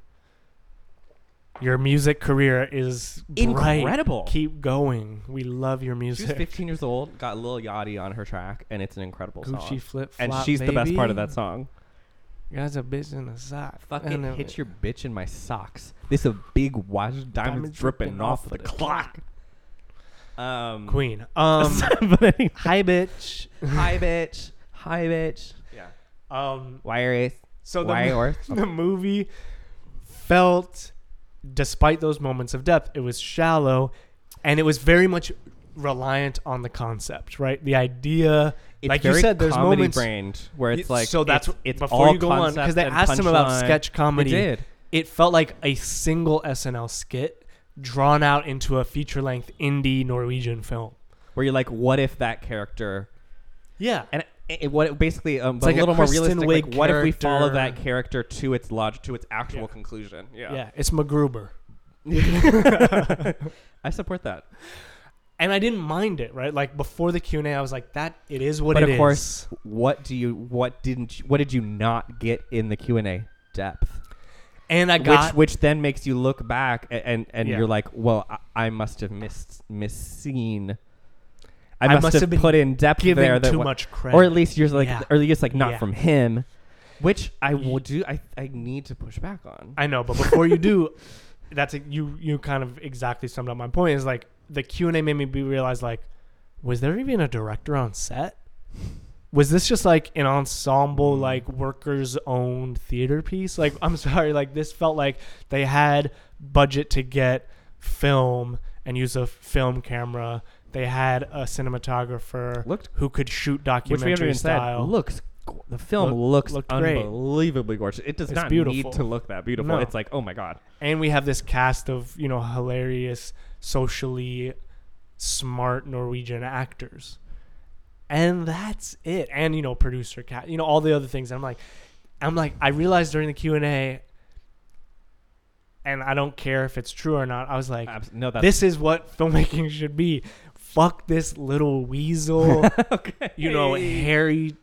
S2: Your music career is bright.
S4: Incredible.
S2: Keep going. We love your
S4: She was
S2: music.
S4: 15 years old, got Lil Yachty on her track, and it's an incredible song.
S2: Gucci flip
S4: and
S2: flop.
S4: she's the best part of
S2: baby.
S4: that song.
S2: Guys, a bitch in a sock.
S4: Fuck
S2: And
S4: it,
S2: a-
S4: hit your bitch in my socks. This a big watch, diamonds,
S2: Diamonds
S4: dripping,
S2: dripping
S4: off,
S2: off
S4: the
S2: the
S4: clock. Um,
S2: queen. Um,
S4: but anyway,
S2: hi, bitch.
S4: hi bitch, hi bitch. Yeah.
S2: Um,
S4: Wire is
S2: so the,
S4: wire
S2: mo-
S4: or
S2: the movie felt, despite those moments of depth, it was shallow, and it was very much reliant on the concept, right? The idea,
S4: It's
S2: like
S4: very
S2: you said, there's
S4: comedy
S2: moments.
S4: brained where it's
S2: Y-
S4: like
S2: so that's
S4: it's, it's
S2: before
S4: all
S2: you go on because they
S4: concept
S2: asked him
S4: and
S2: about
S4: punchline.
S2: sketch comedy.
S4: They did.
S2: It felt like a single SNL skit drawn out into a feature length indie Norwegian film.
S4: Where you're like, what if that character
S2: Yeah,
S4: and it, it- what it basically um, but
S2: like
S4: a
S2: a
S4: little more
S2: Kristen
S4: realistic. Like,
S2: Wiig
S4: what if we follow
S2: character.
S4: that character to its log to its actual
S2: Yeah.
S4: conclusion?
S2: yeah,
S4: Yeah.
S2: it's MacGruber,
S4: I support that.
S2: and I didn't mind it. Right, like before the Q and A, I was like, "That it is what
S4: but
S2: it is."
S4: of course, what do you what didn't you, what did you not get in the Q and A depth?
S2: and I got
S4: which which then makes you look back a- and and
S2: Yeah.
S4: you're like, well, I, I must have missed misseen. I
S2: I
S4: must,
S2: must
S4: have,
S2: have been
S4: put in depth
S2: given
S4: there that
S2: too
S4: wa-
S2: much credit.
S4: or at least you're like,
S2: Yeah.
S4: or you're just like not
S2: Yeah.
S4: from him, which I will do. I I need to push back on.
S2: I know, but before you do, that's a, you. You kind of exactly summed up my point. Is like the Q and A made me be realize like, was there even a director on set? Was this just like an ensemble,
S3: Mm.
S2: like workers owned theater piece? Like, I'm sorry, like this felt like they had budget to get film and use a film camera. They had a cinematographer
S3: Looked-
S2: who could shoot
S3: which we haven't
S2: documentary
S3: even
S2: style.
S3: said looks. go- The film
S2: Look-
S3: looks
S2: looked great.
S3: unbelievably gorgeous. It does
S2: It's
S3: not
S2: beautiful.
S3: need to look that beautiful.
S2: No.
S3: It's like, oh my god,
S2: and we have this cast of you know hilarious socially smart norwegian actors and that's it and you know producer cat you know all the other things i'm like i'm like i realized during the q&a and i don't care if it's true or not i was like
S3: Abs- no, that's
S2: this is what filmmaking should be fuck this little weasel
S3: okay.
S2: you know, hairy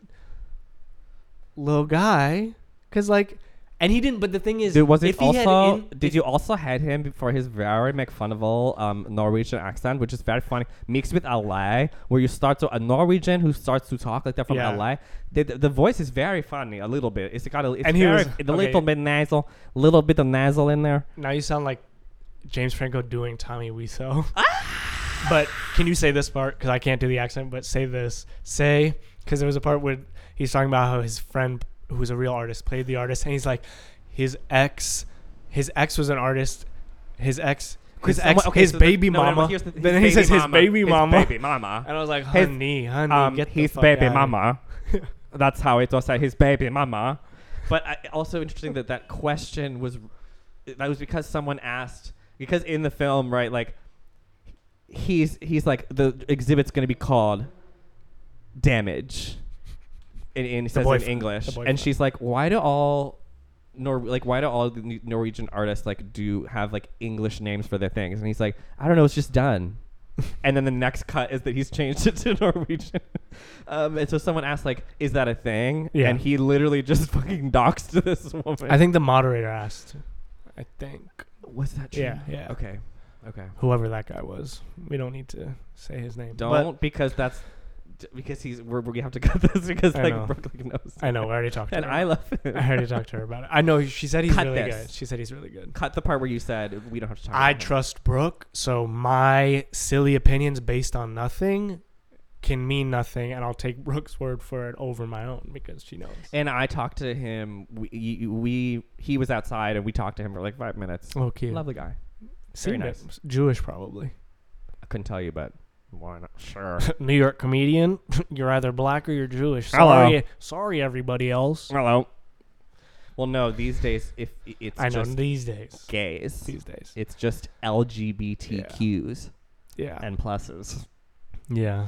S2: little guy. Because, like, and he didn't, but the thing is,
S3: Dude, was it
S2: if he had
S3: also?
S2: in-
S3: did you also hate him for his very McFunnable um, Norwegian accent, which is very funny, mixed with LA, where you start to a Norwegian who starts to talk like that from
S2: Yeah.
S3: LA. The, the, the voice is very funny, a little bit. It's got a, it's
S2: And he
S3: very,
S2: was-
S3: the
S2: okay.
S3: little bit nasal, little bit of nasal in there.
S2: Now you sound like James Franco doing Tommy Wiseau.
S3: Ah!
S2: but can you say this part? Because I can't do the accent, but say this. Say, because there was a part where he's talking about how his friend, who's a real artist, played the artist, and he's like, his ex, his ex was an artist, his ex. His
S3: His-
S2: ex,
S3: okay,
S2: his
S3: so the-
S2: baby
S3: no, no, no,
S2: mama.
S3: here's the- his
S2: then he
S3: baby
S2: says his
S3: mama.
S2: baby
S3: His
S2: mama.
S3: baby mama.
S2: And I was like,
S3: His-
S2: honey, honey,
S3: um,
S2: get the
S3: his
S2: fuck
S3: baby
S2: outta here."
S3: mama. That's how it was. Like his baby mama. But I, also interesting that that question was that was because someone asked because in the film right like he's he's like the exhibit's gonna be called damage. And, and he says in
S2: boyfriend. The
S3: English, and
S2: boyfriend.
S3: she's like, "Why do all Nor like why do all the N- Norwegian artists like do have like English names for their things?" And he's like, "I don't know, it's just done." and then the next cut is that he's changed it to Norwegian. um, and so someone asked like, "Is that a thing?"
S2: Yeah.
S3: And he literally just fucking doxed to this woman.
S2: I think the moderator asked. I think
S3: was that true?
S2: Yeah, yeah.
S3: Okay. Okay.
S2: whoever that guy was. We don't need to say his name. but-
S3: Don't because that's d- because he's we're, we have to cut this because
S2: I
S3: like
S2: know.
S3: Brooklyn knows.
S2: I know. I already talked to
S3: And
S2: her.
S3: I love it.
S2: I already talked to her about it. I know. She said he's
S3: Cut
S2: really
S3: this.
S2: good. She said he's really good.
S3: Cut the part where you said we don't have to talk.
S2: I
S3: about him.
S2: trust Brooke, so my silly opinions based on nothing can mean nothing, and I'll take Brooke's word for it over my own because she knows.
S3: And I talked to him. We, y- we he was outside, and we talked to him for like five minutes.
S2: Oh, cute.
S3: Lovely guy.
S2: Seemed
S3: very
S2: it. Jewish, probably.
S3: I couldn't tell you, but why not? Sure.
S2: New York comedian. you're either black or you're Jewish.
S3: Hello.
S2: Sorry, sorry, everybody else.
S3: Hello. Well, no. These days, if i- it's
S2: I know
S3: just
S2: these days.
S3: gays,
S2: These days.
S3: it's just LGBTQs
S2: Yeah.
S3: and pluses.
S2: yeah.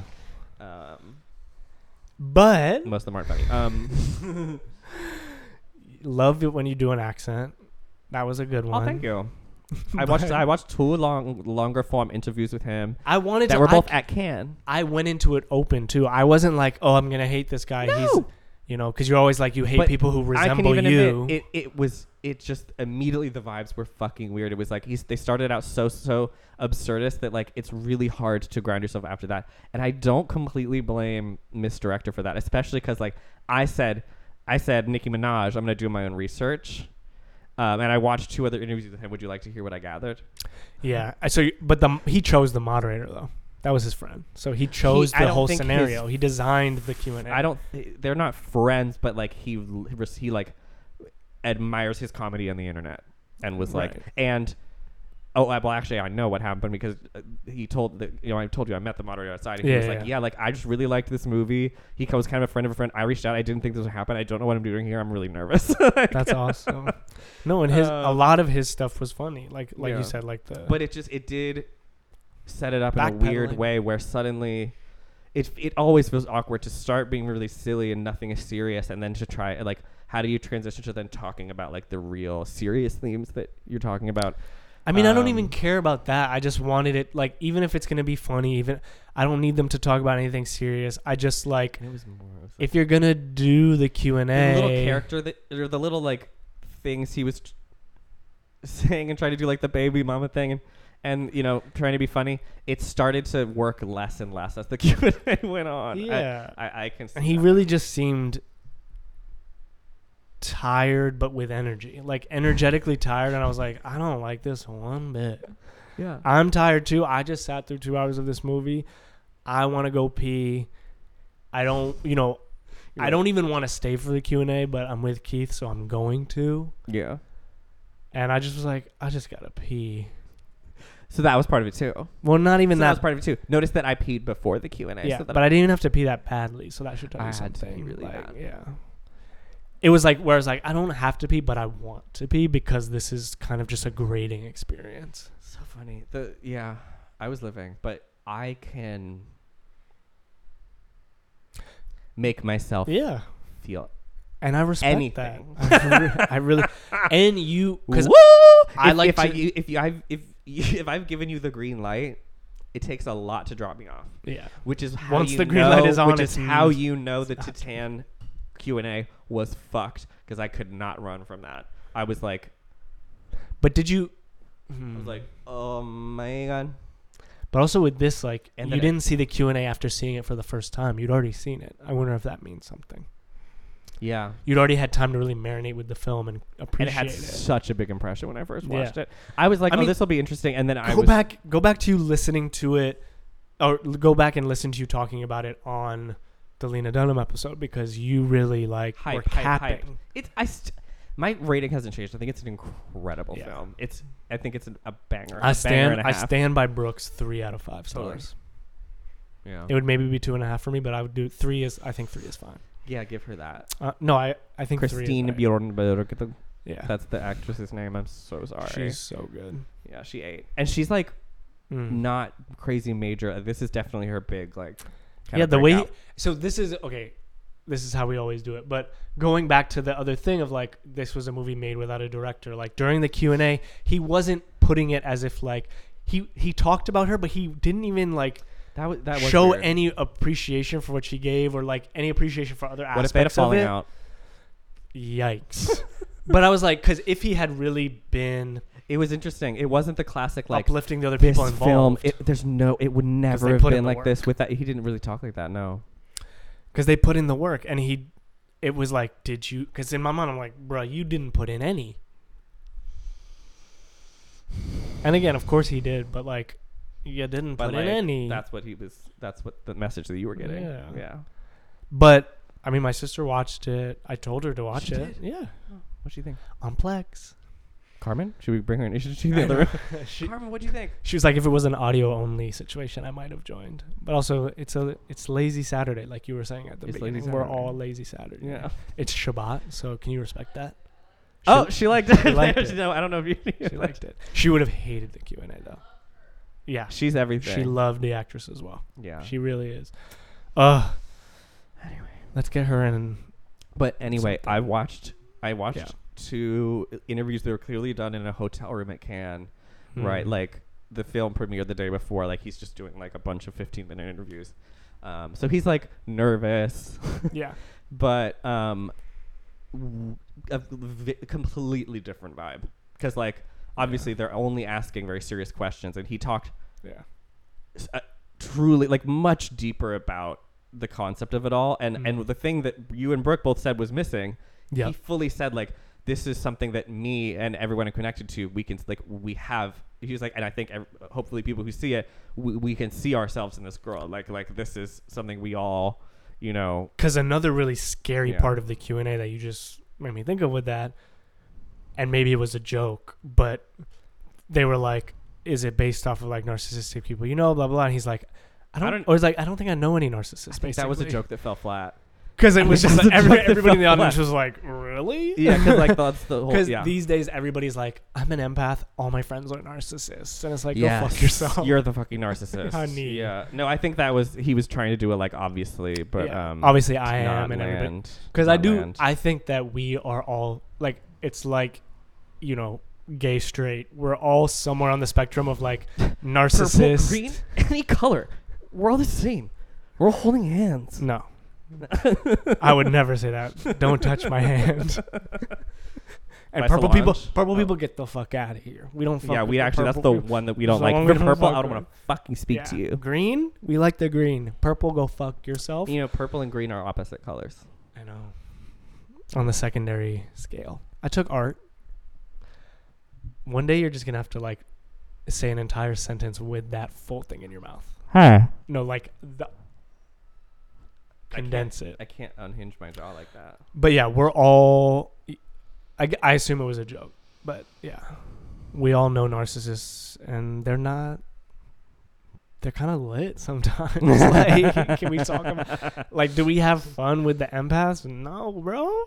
S3: Um,
S2: But
S3: most of them aren't funny. Um,
S2: love it when you do an accent. That was a good one.
S3: oh, thank you. I watched
S2: But-
S3: I watched two long longer form interviews with him
S2: I wanted
S3: that
S2: to.
S3: were
S2: I-
S3: both at Cannes.
S2: I, went into it open too. I wasn't like, oh, I'm gonna hate this guy. He's,
S3: No.
S2: you know, because you're always like, you hate
S3: But
S2: people who resemble
S3: I can even
S2: you.
S3: admit it, it was it just immediately the vibes were fucking weird. It was like he's, they started out so so absurdist that like it's really hard to ground yourself after that. And I don't completely blame Miss Director for that, especially because like I said, I said Nicki Minaj, I'm gonna do my own research. Um, and I watched two other interviews with him. Would you like to hear what I gathered?
S2: yeah. I- So, you- but the he chose the moderator though. That was his friend. So he chose
S3: I
S2: the
S3: don't
S2: whole
S3: think
S2: scenario. he designed the Q and A.
S3: I don't. thi- They're not friends, but like he l- he like admires his comedy on the internet and was like
S2: Right.
S3: and oh I- well actually I know what happened because uh, he told the, you know I told you I met the moderator outside and he
S2: Yeah,
S3: was
S2: yeah,
S3: like yeah.
S2: yeah.
S3: like I just really liked this movie he was kind of a friend of a friend I reached out I didn't think this would happen I don't know what I'm doing here I'm really nervous Like,
S2: That's awesome. Uh, No, and his a
S3: Um,
S2: lot of his stuff was funny. Like like
S3: yeah.
S2: you said, like the
S3: but it just it did set it up in a
S2: Backpedaling.
S3: weird way where suddenly it it always feels awkward to start being really silly and nothing is serious and then to try like how do you transition to then talking about like the real serious themes that you're talking about
S2: I mean, I don't even
S3: Um,
S2: care about that. I just wanted it like even if it's gonna be funny, even I don't need them to talk about anything serious. I just like
S3: and it was more of
S2: if you're gonna do the Q and A,
S3: the little character that or the little like things he was t- saying and trying to do like the baby mama thing and and you know trying to be funny it started to work less and less as the Q&A went on I-
S2: Yeah.
S3: I, I, can see
S2: and he
S3: that.
S2: really just seemed tired, but with energy, like energetically tired. And I was like, I don't like this one bit.
S3: yeah
S2: I'm tired too. I just sat through two hours of this movie. I want to go pee. I don't, you know,
S3: You're
S2: I
S3: right.
S2: don't even want to stay for the Q and A, but I'm with Keith, so I'm going to.
S3: yeah
S2: And I just was like, I just gotta pee.
S4: So that was part of it too.
S2: Well, not even
S4: So that
S2: that.
S4: was part of it too. Notice that I peed before the Q and A.
S2: yeah,
S4: so that
S2: but I didn't even have to pee that badly, so that should tell
S4: I
S2: you
S4: had to pee
S2: something.
S4: really
S2: like,
S4: bad.
S2: Yeah. It was like where I was like, I don't have to pee, but I want to pee because this is kind of just a grading experience.
S4: So funny. The yeah, I was living, but I can make myself
S2: Yeah.
S4: feel
S2: And I respect
S4: Anything.
S2: that. I re- I really and you because
S4: because
S2: I
S4: I
S2: like
S4: like if
S2: to-
S4: I you- if you I've if you, if I've given you the green light, it takes a lot to drop me off.
S2: yeah.
S4: Which is how
S2: Once
S4: you
S2: the green light
S4: know-
S2: is on,
S4: which is
S2: it's-
S4: how you know the Titan Q and A was fucked because I could not run from that. I was like,
S2: But did you?
S4: I was like, oh my god.
S2: But also with this, like,
S4: And
S2: you
S4: then it-
S2: didn't see the Q and A after seeing it for the first time. You'd already seen it. I wonder if that means something.
S4: Yeah,
S2: You'd already had time to really marinate with the film and
S4: and
S2: appreciate
S4: it had
S2: it.
S4: such a big impression when I first
S2: Yeah.
S4: watched it. I was like,
S2: I
S4: "Oh,
S2: mean-
S4: this will be interesting," and then I
S2: go
S4: was
S2: back go back to you listening to it or l- go back and listen to you talking about it on the Lena Dunham episode because you really like were
S4: hype, hype,
S2: capping.
S4: hype. It's I. St- my rating hasn't changed. I think it's an incredible
S2: Yeah.
S4: film. It's I think it's an, a banger.
S2: I
S4: a Banger
S2: stand
S4: and a
S2: I
S4: half.
S2: stand by Brooks three out of five
S4: Totally.
S2: stars.
S4: Yeah.
S2: It would maybe be two and a half for me, but I would do three is I think three is fine.
S4: yeah, give her that.
S2: Uh, no, I I think
S4: Christine
S2: three is
S4: Bjornberg.
S2: fine. Yeah,
S4: That's the actress's name. I'm so sorry.
S2: she's so good.
S4: yeah, she ate, and she's like
S2: Mm.
S4: not crazy major. This is definitely her big like. Kind
S2: yeah,
S4: of
S2: the way.
S4: breakout.
S2: so this is okay. This is how we always do it. But going back to the other thing of like this was a movie made without a director. Like during the Q and A, he wasn't putting it as if like he he talked about her, but he didn't even like
S4: that was that was
S2: show
S4: weird.
S2: any appreciation for what she gave or like any appreciation for other aspects
S4: What if they had a falling
S2: of it.
S4: out?
S2: Yikes. but I was like, because if he had really been
S4: It was interesting. It wasn't the classic like
S2: uplifting the other
S4: this
S2: people involved,
S4: film, it, there's no, it would
S2: they
S4: never have
S2: put in
S4: been
S2: the
S4: like this with that. He didn't really talk like that. No,
S2: because they put in the work and he it was like did you because in my mind i'm like bruh you didn't put in any and again of course he did but like you didn't put in any
S4: that's what he was. That's what the message that you were getting.
S2: Yeah.
S4: Yeah,
S2: but i mean my sister watched it i told her to watch
S4: She
S2: it
S4: did?
S2: yeah
S4: What do you think,
S2: on plex
S4: Carmen? Should we bring her in? Should she in the other room?
S2: she,
S4: Carmen, what do you think?
S2: she was like if it was an audio only situation i might have joined but also it's a it's lazy saturday like you were saying at the
S4: It's Lazy
S2: beginning we're
S4: Saturday.
S2: all lazy saturday
S4: Yeah.
S2: it's shabbat so can you respect that
S4: Oh,
S2: Shab-
S4: she liked it.
S2: she liked it.
S4: No, I don't know if you. Knew
S2: she liked it. She would have hated the Q and A though. Yeah,
S4: She's everything.
S2: she Oh. loved the actress as well.
S4: yeah.
S2: She really is. Uh
S4: Anyway.
S2: let's get her in. And
S4: But anyway,
S2: Something.
S4: I watched. I watched
S2: Yeah.
S4: two interviews that were clearly done in a hotel room at Cannes. right?
S2: Hmm.
S4: Like the film premiered the day before. Like he's just doing like a bunch of 15 minute interviews. Um, so he's like nervous,
S2: yeah,
S4: but um, w- a v- completely different vibe. Because like obviously they're only asking very serious questions, and he talked
S2: yeah,
S4: s- uh, truly like much deeper about the concept of it all and and the thing that you and brooke both said was missing
S2: Yeah.
S4: he fully said like this is something that me and everyone i connected to we can like we have he was like and i think ev- hopefully people who see it we, we can see ourselves in this girl like like this is something we all you know
S2: because another really scary
S4: Yeah.
S2: part of the Q and A that you just made me think of with that, and maybe it was a joke, but they were like, "Is it based off of like narcissistic people?" You know, blah blah. blah. And he's like. I don't,
S4: don't-
S2: or he's like, I don't think I know any narcissists.
S4: that was a joke that fell flat
S2: because it was
S4: think
S2: just
S4: that was
S2: like,
S4: a
S2: every,
S4: joke that
S2: everybody in the
S4: fell
S2: audience
S4: flat.
S2: was like, "Really?"
S4: yeah because like that's the whole
S2: Because
S4: yeah
S2: these days everybody's like, I'm an empath. All my friends are narcissists, and it's like, go fuck
S4: Yes.
S2: yourself.
S4: You're the fucking narcissist.
S2: Honey.
S4: Yeah. No, I think that was he was trying to do it like obviously, but
S2: Yeah.
S4: um
S2: obviously I
S4: not
S2: am, and everybody.
S4: land.
S2: Because I
S4: Not
S2: do,
S4: land.
S2: I think that we are all like, it's like, you know, gay, straight. We're all somewhere on the spectrum of like narcissist.
S4: green, any color. We're all the same. We're all holding hands.
S2: No, I would never say that. Don't touch my hand. and
S4: By
S2: purple people,
S4: Solange?
S2: purple
S4: Oh.
S2: people, get the fuck out of here. We don't. Fuck
S4: yeah,
S2: with
S4: we
S2: the
S4: actually that's the
S2: purple people.
S4: one that we
S2: As
S4: don't like.
S2: long
S4: The
S2: as we don't
S4: purple,
S2: fuck
S4: I don't
S2: with
S4: want to fucking speak to
S2: Yeah.
S4: you.
S2: Green, we like the green. Purple, go fuck yourself.
S4: You know, purple and green are opposite colors.
S2: I know. On the secondary scale. I took art. One day you're just going to have to like say an entire sentence with that full thing in your mouth.
S4: Huh.
S2: No, like the condense it.
S4: I can't unhinge my jaw like that.
S2: But yeah, we're all I, g- I assume it was a joke. But yeah. we all know narcissists, and they're not. They're kind of lit sometimes. like, can we talk about? Like, do we have fun with the empaths? No, bro.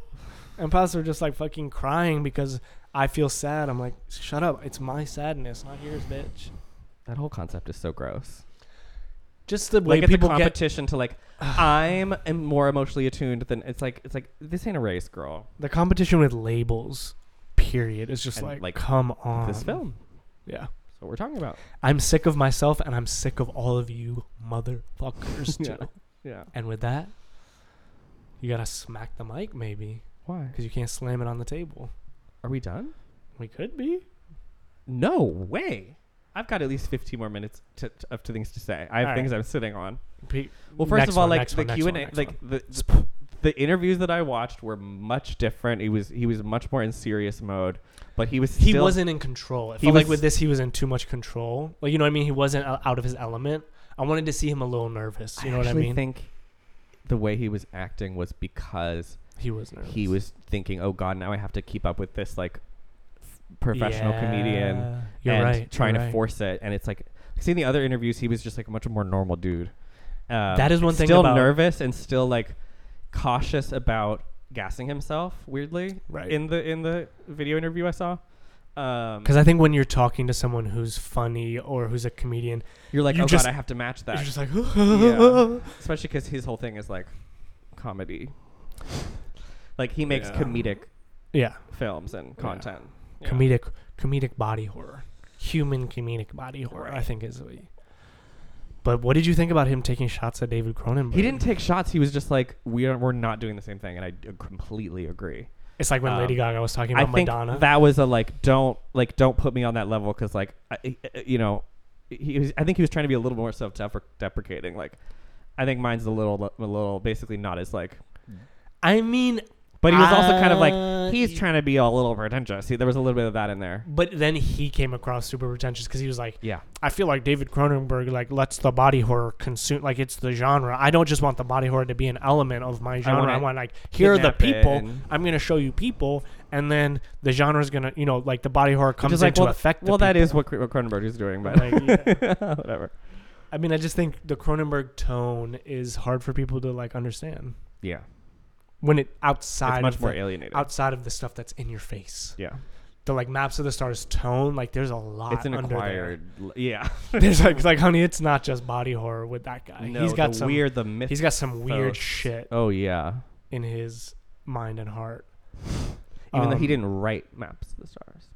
S2: Empaths are just like fucking crying because I feel sad. I'm like, shut up. It's my sadness, not yours, bitch.
S3: That whole concept is so gross.
S2: Just the way
S3: Like it's a
S2: people get.
S3: competition to like I'm am more emotionally attuned than it's like it's like this ain't a race, girl.
S2: the competition with labels period is just
S3: And,
S2: like,
S3: like,
S2: come on
S3: this film.
S2: yeah
S3: That's what we're talking about.
S2: i'm sick of myself and i'm sick of all of you motherfuckers
S3: Yeah.
S2: too
S3: Yeah.
S2: and with that you gotta smack the mic maybe
S3: Why?
S2: because you can't slam it on the table
S3: Are we done?
S2: we could be
S3: No way. I've got at least 15 more minutes to, to, of things to say. I
S2: All
S3: have
S2: right.
S3: things I'm sitting on.
S2: Pe-
S3: Well, first
S2: next
S3: of all,
S2: one,
S3: like
S2: next
S3: the
S2: one, next
S3: Q
S2: one,
S3: and A,
S2: next
S3: like
S2: one.
S3: the, the interviews that I watched were much different. He was he was much more in serious mode, but he was
S2: he
S3: still-
S2: wasn't in control it
S3: He
S2: felt like
S3: was-
S2: with this he was in too much control like you know what i mean he wasn't o- out of his element i wanted to see him a little nervous you know what i
S3: actually
S2: mean
S3: think the way he was acting was because
S2: he was nervous
S3: he was thinking, "Oh God, now I have to keep up with this like f- professional comedian
S2: Yeah, you're
S3: and
S2: right
S3: trying
S2: you're
S3: to
S2: right.
S3: force it." And it's like seeing the other interviews, he was just like a much more normal dude. Um,
S2: That is one thing
S3: Still
S2: about-
S3: nervous and still like cautious about gassing himself. Weirdly,
S2: Right.
S3: in the in the video interview I saw. Um,
S2: Because I think when you're talking to someone who's funny or who's a comedian,
S3: you're like,
S2: you
S3: oh
S2: just-
S3: god, I have to match
S2: you're
S3: that.
S2: just like,
S3: Yeah. Especially because his whole thing is like comedy. Like he makes
S2: Yeah.
S3: comedic
S2: yeah,
S3: films and
S2: Yeah.
S3: content. Yeah.
S2: comedic, comedic body horror, human comedic body horror. I
S3: Right.
S2: think is. What you- but what did you think about him taking shots at David Cronenberg?
S3: He didn't take shots. He was just like, we are, we're not doing the same thing, and I d- completely agree.
S2: It's like when Lady
S3: um,
S2: Gaga was talking
S3: I
S2: about
S3: think
S2: "Oh, Madonna.
S3: that was a like, don't like, don't put me on that level because like, I, I- you know, he was. I think he was trying to be a little more self-deprecating. Like, I think mine's a little, a little, basically not as like.
S2: I mean,
S3: But he was also kind of
S2: Uh,
S3: like he's
S2: y-
S3: trying to be a little pretentious. He, there was a little bit of that in there.
S2: but then he came across super pretentious because he was like,
S3: Yeah.
S2: I feel like David Cronenberg like lets the body horror consume like it's the genre. I don't just want the body horror to be an element of my genre.
S3: wanna
S2: I want like here are the
S3: kidnap it
S2: people.
S3: and-
S2: I'm gonna show you people, and then the genre is gonna you know like the body horror comes
S3: Just
S2: into
S3: well,
S2: effect. the
S3: well, that
S2: people.
S3: is what Cr- what Cronenberg is doing, but
S2: Like,
S3: whatever.
S2: I mean, I just think the Cronenberg tone is hard for people to like understand
S3: Yeah,
S2: when it
S3: it's
S2: outside
S3: much
S2: of
S3: more
S2: the,
S3: alienated.
S2: outside of the stuff that's in your face.
S3: yeah,
S2: The like maps of the stars tone like there's a lot.
S3: it's an
S2: under there.
S3: acquired. l- Yeah,
S2: There's like like honey, it's not just body horror with that guy.
S3: No,
S2: he's got
S3: the
S2: some
S3: weird. The myth.
S2: He's got some weird
S3: Those-
S2: shit
S3: oh yeah,
S2: in his mind and heart.
S3: even though he
S2: Um,
S3: didn't write maps of the stars.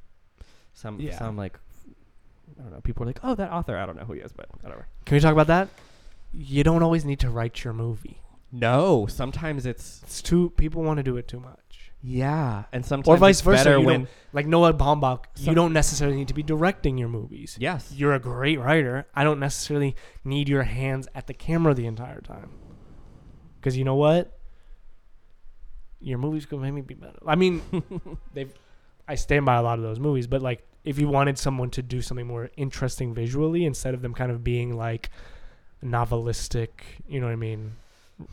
S3: Some
S2: Yeah.
S3: some like I don't know. People are like, oh, that author. I don't know who he is, but whatever.
S2: Can we talk about that? You don't always need to write your movie.
S3: No, sometimes it's
S2: It's too people want to do it too much.
S3: yeah, and sometimes
S2: Or vice
S3: it's
S2: versa.
S3: Better
S2: you
S3: when
S2: don't- like Noah Baumbach, you
S3: Some-
S2: don't necessarily need to be directing your movies.
S3: yes,
S2: You're a great writer. I don't necessarily need your hands at the camera the entire time. Because you know what? Your movies could maybe be better. I mean, they've. I stand by a lot of those movies, but like, if you wanted someone to do something more interesting visually instead of them kind of being like novelistic, you know what I mean?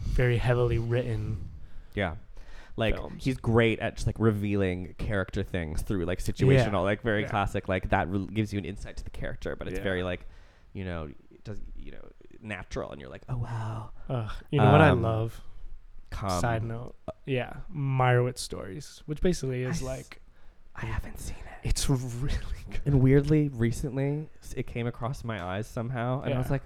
S2: Very heavily written.
S3: Yeah. Like
S2: films.
S3: he's great at just like revealing character things through like situational, like very
S2: Yeah.
S3: classic. Like that re- gives you an insight to the character, but it's
S2: Yeah.
S3: very like, you know, it does you know natural, and you're like, oh wow.
S2: Ugh, you know what I
S3: Um,
S2: love?
S3: Come.
S2: Side note, yeah, Meyerowitz stories, which basically is
S3: I s-
S2: like
S3: I haven't seen it.
S2: it's really good.
S3: And weirdly, recently s- it came across my eyes somehow, and I was
S2: Yeah.
S3: like,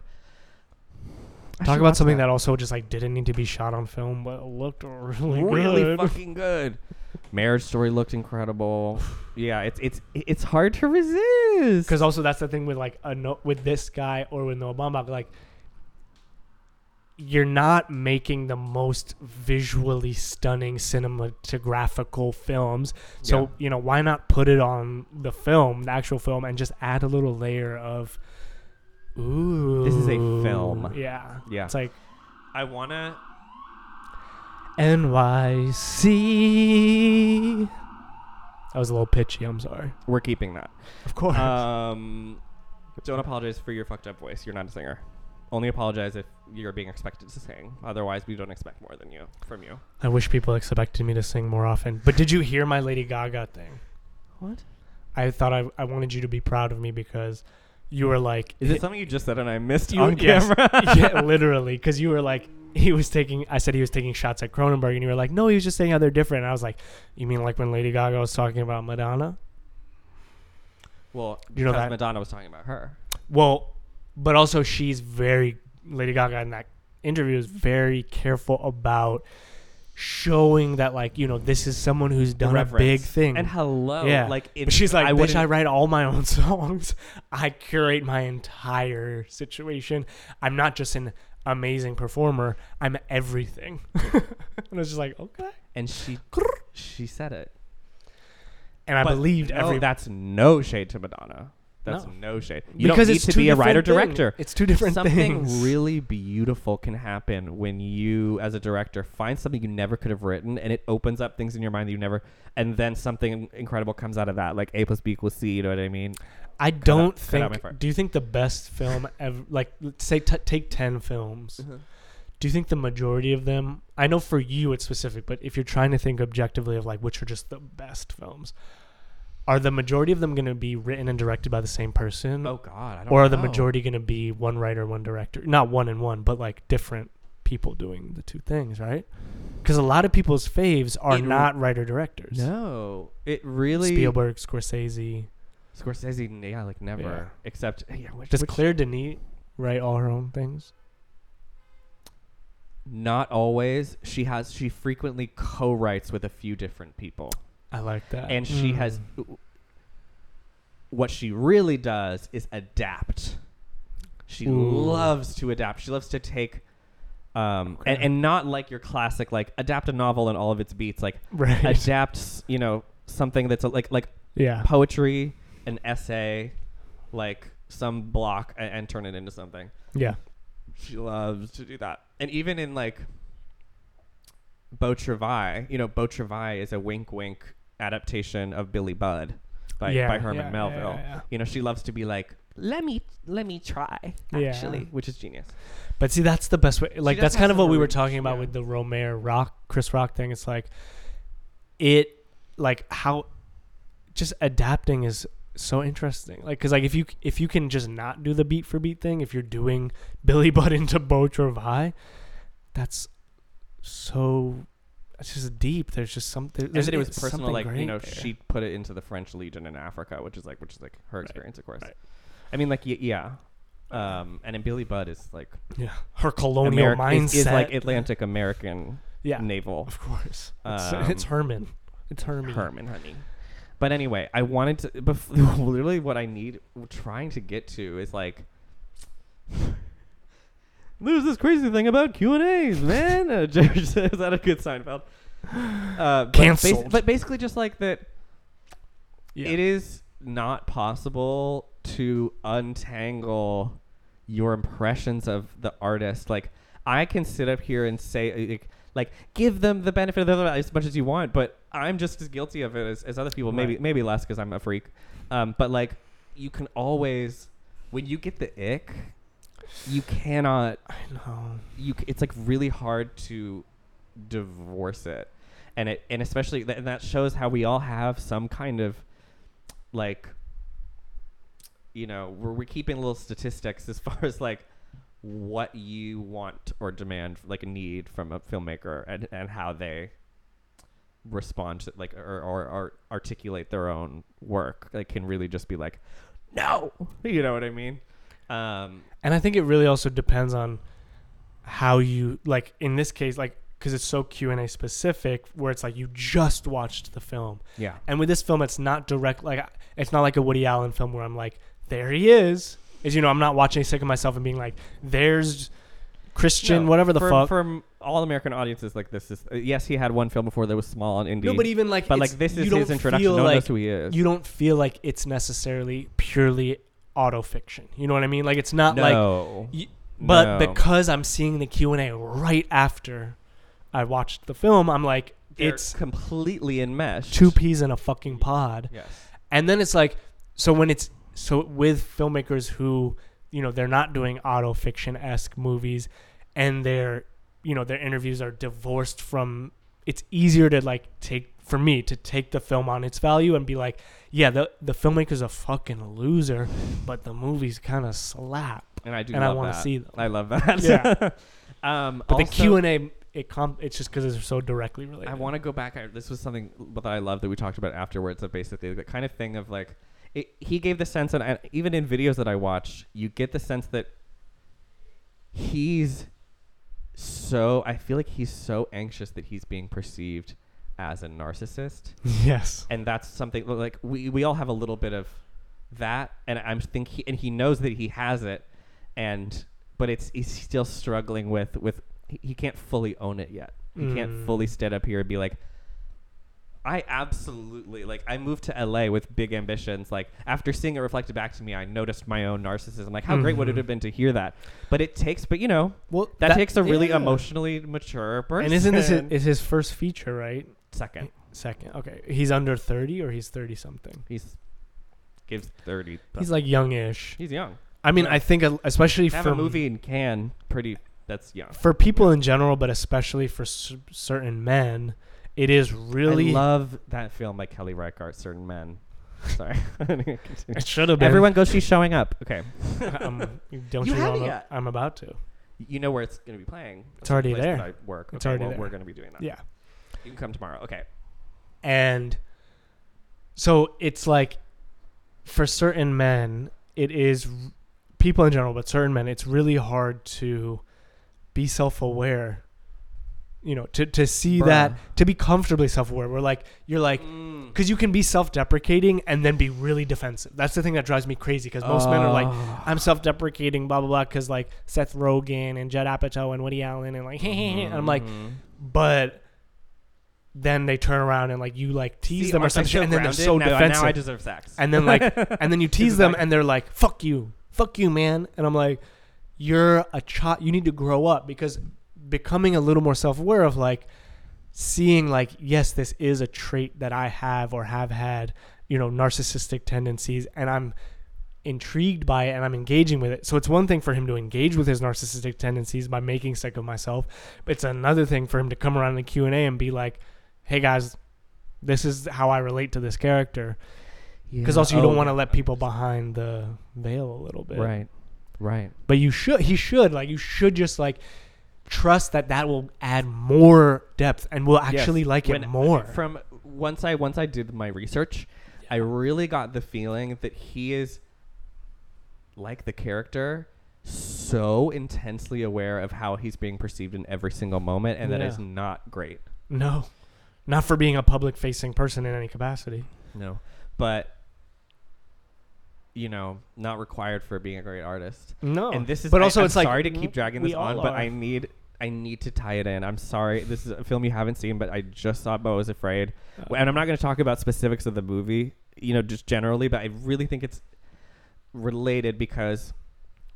S3: I
S2: Talk
S3: should
S2: about
S3: watch
S2: something
S3: that.
S2: that also just like didn't need to be shot on film, but looked really,
S3: really
S2: good.
S3: fucking good. Marriage Story looked incredible. Yeah, it's it's it's hard to resist.
S2: Because also that's the thing with like a no- with this guy or with Noah Baumbach, like you're not making the most visually stunning cinematographical films. So
S3: Yeah.
S2: you know why not put it on the film, the actual film, and just add a little layer of ooh,
S3: is a film.
S2: Yeah,
S3: yeah,
S2: it's like
S3: I wanna
S2: NYC. That was a little pitchy. I'm sorry. Uh,
S3: We're keeping that.
S2: Of course.
S3: Um, don't apologize for your fucked up voice. You're not a singer. Only apologize if you're being expected to sing. Otherwise, we don't expect more than you from you.
S2: I wish people expected me to sing more often. But did you hear my Lady Gaga thing?
S3: What?
S2: I thought I, I wanted you to be proud of me because you were like,
S4: Is it something you just said and I missed
S2: you,
S4: on
S2: yes.
S4: camera?
S2: yeah, literally, because you were like, he was taking. I said he was taking shots at Cronenberg, and you were like, no, he was just saying how they're different. And I was like, you mean like when Lady Gaga was talking about Madonna?
S4: Well,
S2: You know
S4: because
S2: that-
S4: Madonna was talking about her.
S2: Well, but also she's very Lady Gaga in that interview is very careful about showing that like you know this is someone who's done a
S4: Reference.
S2: big thing
S4: And hello,
S2: yeah
S4: like it,
S2: But she's like
S4: I
S2: I bitch
S4: wouldn't-
S2: i write all my own songs i curate my entire situation i'm not just an amazing performer i'm everything and i was just like okay
S4: and she she said it.
S2: and i
S4: But
S2: believed
S4: no,
S2: every
S4: that's no shade to Madonna. That's
S2: No.
S4: no, shade. You
S2: because
S4: don't need
S2: it's
S4: to
S2: two
S4: be a
S2: different
S4: writer
S2: thing-
S4: director.
S2: it's two different
S4: something
S2: things
S4: really beautiful can happen when you, as a director, find something you never could have written, and it opens up things in your mind that you never. And then something incredible comes out of that, like A plus B equals C. You know what I mean?
S2: I don't
S4: cut out my
S2: think.
S4: part.
S2: Do you think the best film ever, like let's say, t- take ten films?
S4: Uh-huh.
S2: Do you think the majority of them? I know for you it's specific, but if you're trying to think objectively of like which are just the best films, are the majority of them going to be written and directed by the same person,
S4: Oh God, I don't
S2: or are the
S4: know.
S2: majority going to be one writer, one director? Not one and one, but like different people doing the two things, right? Because a lot of people's faves are
S4: In-
S2: not writer directors.
S4: No, it really.
S2: Spielberg, Scorsese.
S4: Scorsese, yeah, like never.
S2: Yeah.
S4: Except, yeah, which,
S2: Does
S4: which-
S2: Claire Denis write all her own things?
S4: not always. She has she frequently co-writes with a few different people,
S2: I like that.
S4: and she has. What she really does is adapt. She
S2: Ooh.
S4: loves to adapt. She loves to take, um,
S2: Okay.
S4: and, and not like your classic like adapt a novel and all of its beats. Like
S2: right.
S4: adapt, you know, something that's like like
S2: yeah.
S4: poetry, an essay, like some block, and, and turn it into something.
S2: Yeah.
S4: She loves to do that. And even in like Beau Travail, you know, Beau Travail is a wink wink adaptation of Billy Budd by,
S2: Yeah,
S4: by Herman
S2: yeah, yeah,
S4: Melville.
S2: yeah, yeah.
S4: You know, she loves to be like, let me let me try
S2: Yeah.
S4: actually, which is genius.
S2: But see, that's the best way. Like
S4: does
S2: that's
S4: have
S2: kind of
S4: some
S2: what we were
S4: range,
S2: talking about
S4: yeah.
S2: with the Romare Rock, Chris Rock thing. It's like it, like how, just adapting is so interesting. Like, cause like if you if you can just not do the beat for beat thing, if you're doing Billy Budd into Beau Travail, that's so. It's just deep. There's just something.
S4: And
S2: There's,
S4: that it was
S2: it's
S4: personal,
S2: something
S4: like you
S2: great
S4: know,
S2: there.
S4: she put it into the French Legion in Africa, which is like which is like her experience, of course.
S2: right.
S4: I mean, like y- yeah. Um, and in Billy Budd is like
S2: yeah, her colonial
S4: Ameri-
S2: mindset
S4: is, is like Atlantic American
S2: yeah,
S4: naval.
S2: Of course. It's,
S4: Um,
S2: it's Herman. It's Herman.
S4: Herman, honey. But anyway, I wanted to. Bef- literally, what I need, trying to get to, is like. There's this crazy thing about Q and A's, man. Uh, Jerry says, is that a good Seinfeld? Uh, but basi-
S2: Cancelled.
S4: but basically, just like that,
S2: Yeah.
S4: it is not possible to untangle your impressions of the artist. Like I can sit up here and say uh, like, like give them the benefit of the doubt as much as you want, but I'm just as guilty of it as, as other people. Maybe
S2: Right.
S4: maybe less because I'm a freak. Um, but like you can always when you get the ick, you cannot
S2: I know.
S4: you c- it's like really hard to divorce it and it and especially th- and that shows how we all have some kind of like you know we're, we're keeping little statistics as far as like what you want or demand like need from a filmmaker and and how they respond to like or, or, or articulate their own work like can really just be like no you know what i mean um
S2: And I think it really also depends on how you like in this case like because it's so Q&A specific where it's like you just watched the film.
S4: yeah
S2: And with this film it's not direct like it's not like a Woody Allen film where I'm like there he is. Is you know I'm not watching sick of myself and being like there's Christian
S4: No,
S2: whatever the
S4: for,
S2: fuck.
S4: From all American audiences, like this is uh, yes, he had one film before that was small and indie.
S2: no, but even like
S4: but
S2: it's-
S4: like this
S2: you
S4: is
S2: don't
S4: his introduction.
S2: feel
S4: No one
S2: like
S4: knows who he is.
S2: you don't feel like it's necessarily purely auto fiction. You know what I mean? Like it's not like
S4: no.
S2: Y- but
S4: No.
S2: because I'm seeing the Q and A right after I watched the film, I'm like,
S4: They're
S2: it's
S4: completely enmeshed.
S2: two peas in a fucking pod.
S4: Yes.
S2: And then it's like, so when it's so with filmmakers who, you know, they're not doing auto fiction esque movies, and their, you know, their interviews are divorced from. It's easier to like take for me to take the film on its value and be like, yeah, the the filmmaker's a fucking loser, but the movies kind of slap.
S4: and I do.
S2: and I
S4: love
S2: wanna
S4: that.
S2: see them.
S4: I love that.
S2: Yeah.
S4: um,
S2: But the
S4: also-
S2: Q and A, it com- it's just because it's so directly related.
S4: I want to go back. I, this was something that I love that we talked about afterwards. Of basically the kind of thing of like, it, he gave the sense, and I, even in videos that I watch, you get the sense that he's so. I feel like he's so anxious that he's being perceived as a narcissist
S2: yes.
S4: and that's something like we, we all have a little bit of that and i'm think he, and he knows that he has it and but it's he's still struggling with with he- he can't fully own it yet he
S2: Mm.
S4: can't fully stand up here and be like i absolutely like i moved to la with big ambitions like after seeing it reflected back to me i noticed my own narcissism like how great
S2: Mm-hmm.
S4: would it have been to hear that but it takes but you know
S2: Well,
S4: that, takes a really
S2: yeah.
S4: emotionally mature person
S2: And isn't this his, is his first feature, right?
S4: second
S2: Second. Okay, he's under thirty or he's thirty something.
S4: he's gives 30
S2: He's like youngish.
S4: he's young
S2: I mean, I think uh, especially
S4: have
S2: for
S4: a movie in can pretty that's young
S2: for people in general, but especially for s- certain men, it is
S4: really
S2: really.
S4: I love that film by kelly reichardt certain men sorry Continue.
S2: it should have been.
S4: everyone go she's showing up okay
S2: um, don't
S4: You
S2: you,
S4: haven't
S2: know
S4: yet.
S2: I'm about to.
S4: you know where it's going to be playing
S2: It's already
S4: the place
S2: there.
S4: that I work
S2: It's
S4: Okay,
S2: already
S4: well,
S2: there.
S4: we're going to be doing that
S2: Yeah.
S4: you can come tomorrow okay
S2: And so it's like for certain men, it is people in general, but certain men, it's really hard to be self aware. You know, to, to see
S4: Bruh. Mm.
S2: that, to be comfortably self aware. We're like, you're like, because you can be self deprecating and then be really defensive. That's the thing that drives me crazy because most men are like,
S4: Oh.
S2: I'm self deprecating, blah, blah, blah, because like Seth Rogen and Judd Apatow and Woody Allen and like, and I'm like,
S4: Mhm.
S2: but then they turn around and like you like tease
S4: See,
S2: them or
S4: aren't I
S2: something,
S4: so
S2: and then they're
S4: grounded?
S2: so
S4: now,
S2: defensive,
S4: now i deserve sex
S2: and then like, and then you tease them,
S4: exactly-
S2: and they're like, "Fuck you, fuck you, man," and I'm like, "You're a child. You need to grow up because becoming a little more self aware of like seeing like, yes, this is a trait that I have or have had, you know, narcissistic tendencies, and I'm." intrigued by it and I'm engaging with it. So it's one thing for him to engage with his narcissistic tendencies by making sick of myself, but it's another thing for him to come around in the Q and A and be like, "Hey guys, this is how I relate to this character." Because also you don't want to let people behind the veil a little bit,
S4: Oh. right right
S2: But you should. He should like you should just like trust that that will add more depth and will
S4: Yes.
S2: actually like it
S4: When-
S2: more.
S4: From once I once I did my research, I really got the feeling that he is like the character so intensely aware of how he's being perceived in every single moment and that
S2: Yeah.
S4: is not great.
S2: no, not for being a public-facing person in any capacity.
S4: No. But you know, not required for being a great artist.
S2: No,
S4: And this is
S2: but
S4: I-
S2: also
S4: I'm
S2: it's like
S4: sorry to keep dragging
S2: we
S4: this on,
S2: all
S4: but
S2: are.
S4: I need I need to tie it in. I'm sorry. This is a film you haven't seen, but I just saw Bo is Afraid.
S2: Oh.
S4: And I'm not going to talk about specifics of the movie, you know, just generally, but I really think it's related because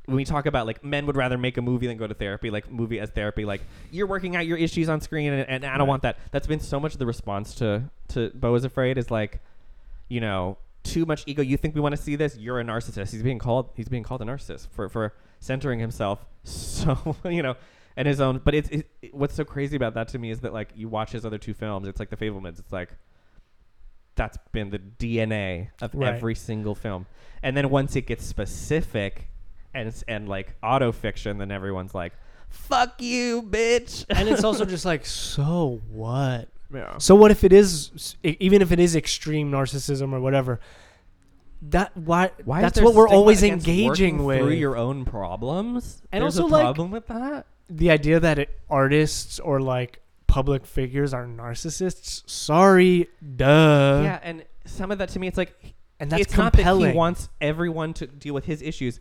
S4: when we talk about like men would rather make a movie than go to therapy, like movie as therapy, like you're working out your issues on screen, and, and I don't want that. That's been so much of the response to to Bo is Afraid is like, you know, too much ego. You think we want to see this? You're a narcissist. He's being called he's being called a narcissist for for centering himself. So you know. And his own, but it's it, it- what's so crazy about that to me is that like you watch his other two films, it's like The Fablemans. It's like that's been the DNA of
S2: Right.
S4: every single film. And then once it gets specific and it's- and like auto fiction, then everyone's like, "Fuck you, bitch."
S2: and it's also just like, so what?
S4: Yeah.
S2: So what if it is, e, even if it is extreme narcissism or whatever? That why?
S4: Why is
S2: that's
S4: there
S2: what we're
S4: stigma
S2: always
S4: against
S2: engaging
S4: working through
S2: with.
S4: your own problems.
S2: And
S4: There's
S2: also,
S4: a
S2: like-
S4: problem with that.
S2: the idea that it, artists or like public figures are narcissists. Sorry, duh.
S4: yeah, and some of that to me, it's like
S2: and that's
S4: it's not that
S2: compelling.
S4: he wants everyone to deal with his issues.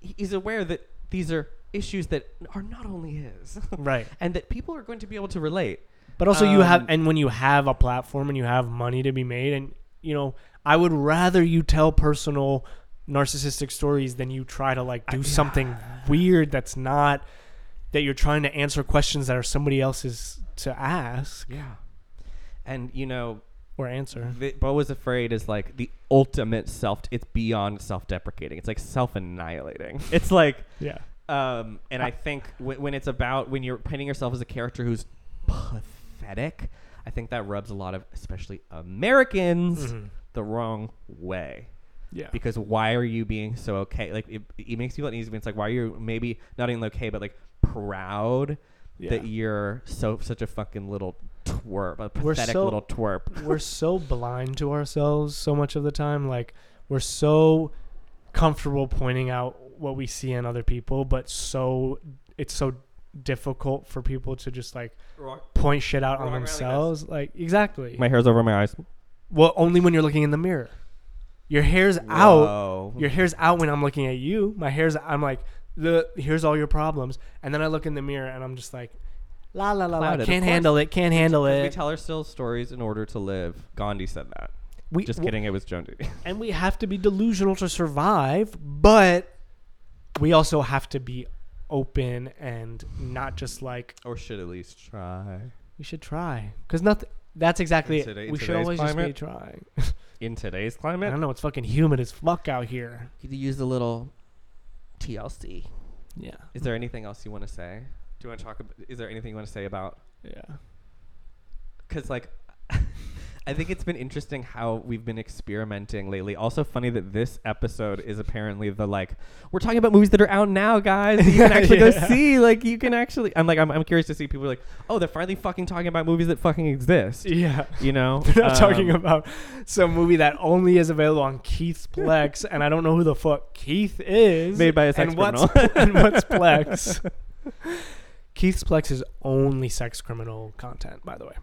S4: He- He's aware that these are issues that are not only his,
S2: right.
S4: and that people are going to be able to relate.
S2: But also, you have,
S4: Um,
S2: and when you have a platform and you have money to be made, and you know, I would rather you tell personal narcissistic stories than you try to like do something weird that's not that you're trying to answer questions that are somebody else's to ask
S4: Yeah, and you know,
S2: or answer.
S4: the, Bo was afraid is like the ultimate self. It's beyond self-deprecating. It's like self-annihilating. It's like,
S2: Yeah.
S4: um, and I think when, when it's about when you're painting yourself as a character who's pathetic,
S3: I think that rubs a lot of especially Americans
S2: Mm-hmm.
S3: the wrong way
S2: Yeah.
S3: because why are you being so okay? Like it, it makes people uneasy. when It's like why are you maybe not even okay, but like proud
S2: Yeah.
S3: that you're so such a fucking little twerp, a
S2: We're
S3: pathetic
S2: so-
S3: little twerp.
S2: we're so blind to ourselves so much of the time. Like we're so comfortable pointing out what we see in other people, but so it's so difficult for people to just like point shit out
S3: Wrong
S2: on
S3: around the
S2: themselves. Like exactly.
S3: My hair's over my eyes.
S2: well, only when you're looking in the mirror. Your hair's out.
S3: Whoa.
S2: Your hair's out when I'm looking at you. My hair's. I'm like, the here's all your problems, and then I look in the mirror and I'm just like, la la la la.
S3: Clouded, of
S2: Can't
S3: course.
S2: handle it. Can't handle
S3: we
S2: it.
S3: tell ourselves stories in order to live. Gandhi said that.
S2: We
S3: Just
S2: w-
S3: kidding. It was Joan Jett.
S2: and we have to be delusional to survive, but we also have to be open and not just like
S3: or should at least try.
S2: we should try because nothing. That's exactly
S3: In today-
S2: it.
S3: in
S2: We should
S3: today's
S2: always just be
S3: climate?
S2: trying.
S3: In today's
S2: I
S3: climate,
S2: don't know. It's fucking humid as fuck out here.
S3: you could use a little TLC.
S2: Yeah.
S3: Is there anything else you want to say? Do you want to talk? About, is there anything you want to say about?
S2: Yeah.
S3: Because like, I think it's been interesting how we've been experimenting lately. Also, funny that this episode is apparently the like we're talking about movies that are out now, guys. that You can actually go
S2: Yeah.
S3: see. Like, you can actually. I'm like, I'm, I'm curious to see people like, oh, they're finally fucking talking about movies that fucking exist.
S2: Yeah.
S3: You know,
S2: We're not talking
S3: Um,
S2: about some movie that only is available on Keith's Plex, and I don't know who the fuck Keith is.
S3: Made by a sex
S2: and what's,
S3: criminal.
S2: and what's Plex? Keith's Plex is only sex criminal content, by the way.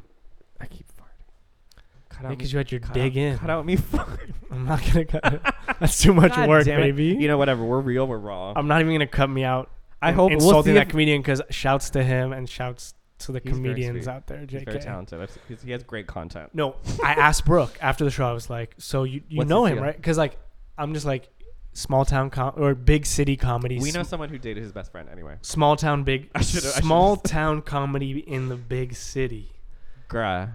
S3: I keep farting. Cut me-
S2: Because you had your
S3: cut
S2: dig
S3: out,
S2: in.
S3: Cut out me farting.
S2: I'm not gonna cut. It. That's too much
S3: God
S2: work,
S3: damn it.
S2: baby.
S3: You know, whatever. We're real. We're raw.
S2: I'm not even gonna cut me out.
S3: I
S2: in-
S3: hope- we'll
S2: insulting
S3: see
S2: that
S3: if-
S2: comedian because shouts to him and shouts to the
S3: He's very
S2: comedians
S3: sweet.
S2: out there. JK.
S3: He's very talented. I've, s- he's- he has great content.
S2: No, I asked Brooke after the show. I was like, "So you you
S3: What's
S2: know
S3: his
S2: him,
S3: deal?
S2: right?" Because like I'm just like small town com- or big city comedy.
S3: We
S2: sm-
S3: know someone who dated his best friend anyway.
S2: small town big
S3: I should've- I should've
S2: small
S3: said-
S2: town comedy in the big city.
S3: Grah.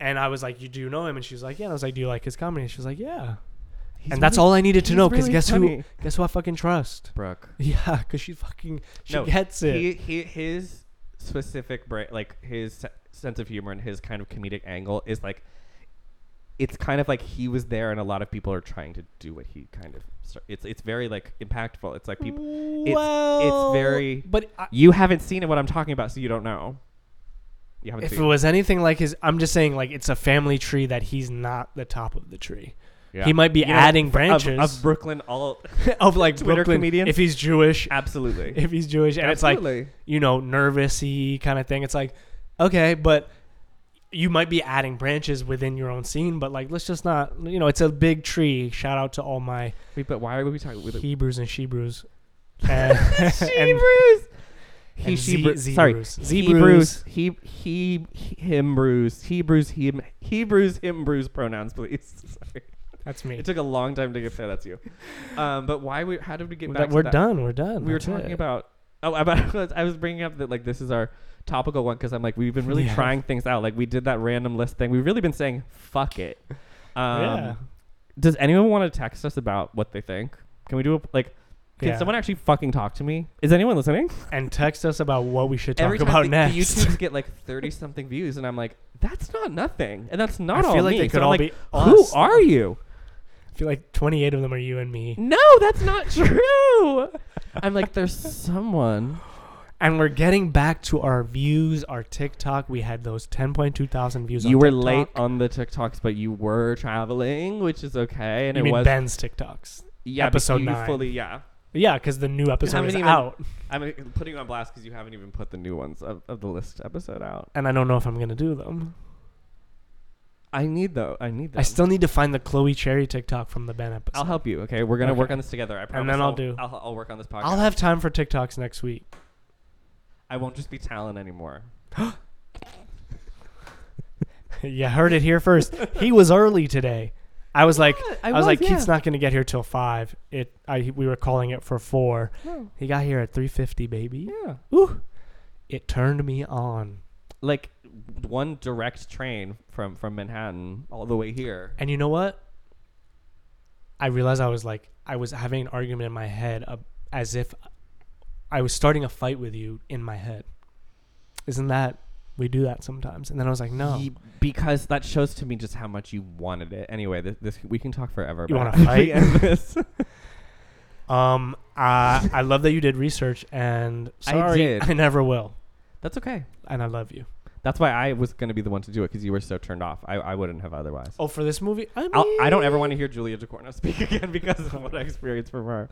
S2: And I was like, "You do know him?" And she was like, "Yeah." And I was like, "Do you like his comedy?" And she was like, "Yeah."
S3: He's
S2: and that's
S3: really-
S2: all I needed to
S3: he's
S2: know. Because
S3: really
S2: guess
S3: funny.
S2: who? Guess who I fucking trust?
S3: Brooke.
S2: Yeah, because she fucking she
S3: No,
S2: gets it.
S3: He, he his specific bra- like his se- sense of humor and his kind of comedic angle is like it's kind of like he was there and a lot of people are trying to do what he kind of sta- it's it's very like impactful. It's
S2: Hmm.
S3: like people it's, it's very
S2: But I,
S3: you haven't seen it what I'm talking about so you don't know. You haven't
S2: if it
S3: seen
S2: was anything like his, I'm just saying like it's a family tree that he's not the top of the tree.
S3: Yeah.
S2: He might be
S3: You know,
S2: adding
S3: of,
S2: branches
S3: of Brooklyn all
S2: of, like
S3: Twitter
S2: Brooklyn
S3: comedians?
S2: if he's Jewish.
S3: absolutely.
S2: If he's Jewish, and it's
S3: Absolutely.
S2: like you know nervousy kind of thing. It's like okay, but you might be adding branches within your own scene, but like let's just not. You know, it's a big tree. Shout out to all my
S3: Wait, but why are we talking with
S2: Hebrews and Shebrews. And, and-
S3: Hebrews. He,
S2: and
S3: she,
S2: Z-
S3: bru-
S2: Z
S3: sorry,
S2: brews. Z
S3: Hebrews, he, he, he, him, brews, Hebrews, him, Hebrews, him, brews pronouns, please. Sorry.
S2: that's me.
S3: It took a long time to get there. That's you. Um, but why? We, how did we get
S2: We're
S3: back?
S2: done- we're
S3: to that?
S2: done. We're done.
S3: We were
S2: That's
S3: talking
S2: it.
S3: about. Oh, about I was bringing up that like this is our topical one because I'm like we've been really
S2: Yeah.
S3: trying things out. Like we did that random list thing. We've really been saying fuck it. Um,
S2: yeah.
S3: Does anyone want to text us about what they think? Can we do a like? Can
S2: Yeah.
S3: someone actually fucking talk to me? Is anyone listening?
S2: and text us about what we should talk
S3: Every
S2: about
S3: time the,
S2: next.
S3: the YouTubes get like thirty something views, and I'm like, that's not nothing, and that's not
S2: I
S3: all
S2: feel like
S3: me.
S2: they
S3: So
S2: could
S3: I'm
S2: all
S3: like,
S2: be
S3: who
S2: us.
S3: are you?
S2: I feel like 28 of them are you and me,
S3: No, that's not true. I'm like, there's someone.
S2: and we're getting back to our views, our TikTok. We had those 10.2 thousand views.
S3: You
S2: on
S3: were
S2: TikTok.
S3: late on the TikToks, but you were traveling, which is okay, and
S2: You
S3: it
S2: mean
S3: was
S2: Ben's TikToks?
S3: yeah, but
S2: episode
S3: you
S2: nine.
S3: fully yeah.
S2: Yeah, because the new episode
S3: haven't
S2: is
S3: even-
S2: out,
S3: I'm uh, putting you on blast because you haven't even put the new ones of, of the list episode out.
S2: and I don't know if I'm gonna do them.
S3: I need though. I need. Them.
S2: I still need to find the Chloe Cherry TikTok from the Ben episode.
S3: I'll help you. Okay, we're gonna
S2: Okay.
S3: work on this together. I promise.
S2: then I'll do.
S3: I'll, I'll work on this podcast.
S2: I'll have time for TikToks next week.
S3: I won't just be talent anymore.
S2: you heard it here first. He was early today. I was like,
S3: Yeah, I
S2: I, was,
S3: was,
S2: like,
S3: yeah.
S2: Keith's not going to get here till five. It, I, we were calling it for four.
S3: No.
S2: He got here at three fifty, baby.
S3: Oh. Yeah.
S2: Ooh, it turned me on.
S3: Like one direct train from from Manhattan all the way here.
S2: And you know what? I realized I was like, I was having an argument in my head, uh, as if I was starting a fight with you in my head. Isn't that we do that sometimes. And then I was like, no.
S4: Ye- because that shows to me just how much you wanted it. Anyway, this, this we can talk forever.
S2: You
S4: about
S2: wanna
S4: it.
S2: fight?
S4: And this.
S2: Um, I I love that you did research, and
S4: I
S2: sorry, I,
S4: did.
S2: never will,
S4: That's okay.
S2: and I love you.
S4: That's why I was going to be the one to do it because you were so turned off. I, I wouldn't have otherwise.
S2: Oh, for this movie, I, mean,
S4: I'll, I don't ever want to hear Julia DeCorno speak again because of what I experienced from her.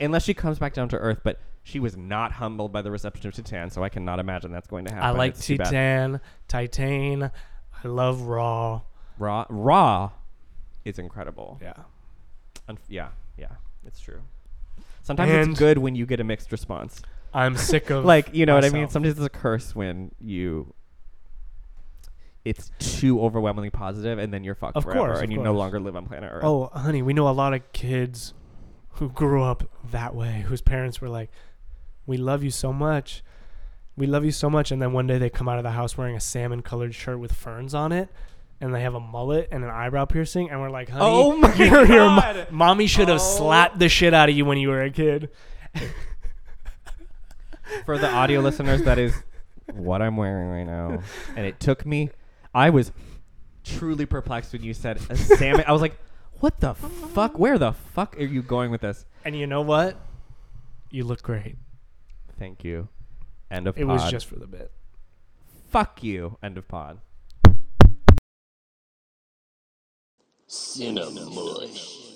S4: Unless she comes back down to earth, but she was not humbled by the reception of Titan, so I cannot imagine that's going to happen.
S2: I like
S4: It's too bad.
S2: Titan, Titan. I love Raw.
S4: Raw, raw is incredible.
S2: Yeah,
S4: Unf- yeah, yeah, it's true. Sometimes
S2: And-
S4: it's good when you get a mixed response.
S2: I'm sick of
S4: Like you know what I mean.
S2: myself.
S4: Sometimes it's a curse when you. It's too overwhelmingly positive, and then you're fucked
S2: Of
S4: forever,
S2: course,
S4: and
S2: of
S4: you no
S2: course.
S4: longer live on planet Earth.
S2: Oh, honey, we know a lot of kids who grew up that way, whose parents were like, "We love you so much, we love you so much," and then one day they come out of the house wearing a salmon-colored shirt with ferns on it, and they have a mullet and an eyebrow piercing, and we're like, "Honey,
S4: Oh my
S2: you're- you're mo-
S4: God.
S2: mommy should have
S4: Oh.
S2: slapped the shit out of you when you were a kid."
S4: For the audio listeners, that is what I'm wearing right now. And it took me. I was truly perplexed when you said a salmon. I was like, what the fuck? Where the fuck are you going with this?
S2: And you know what? You look great.
S4: Thank you. End of
S2: It
S4: pod.
S2: was just for the bit.
S4: fuck you. End of pod.
S5: Cinemush.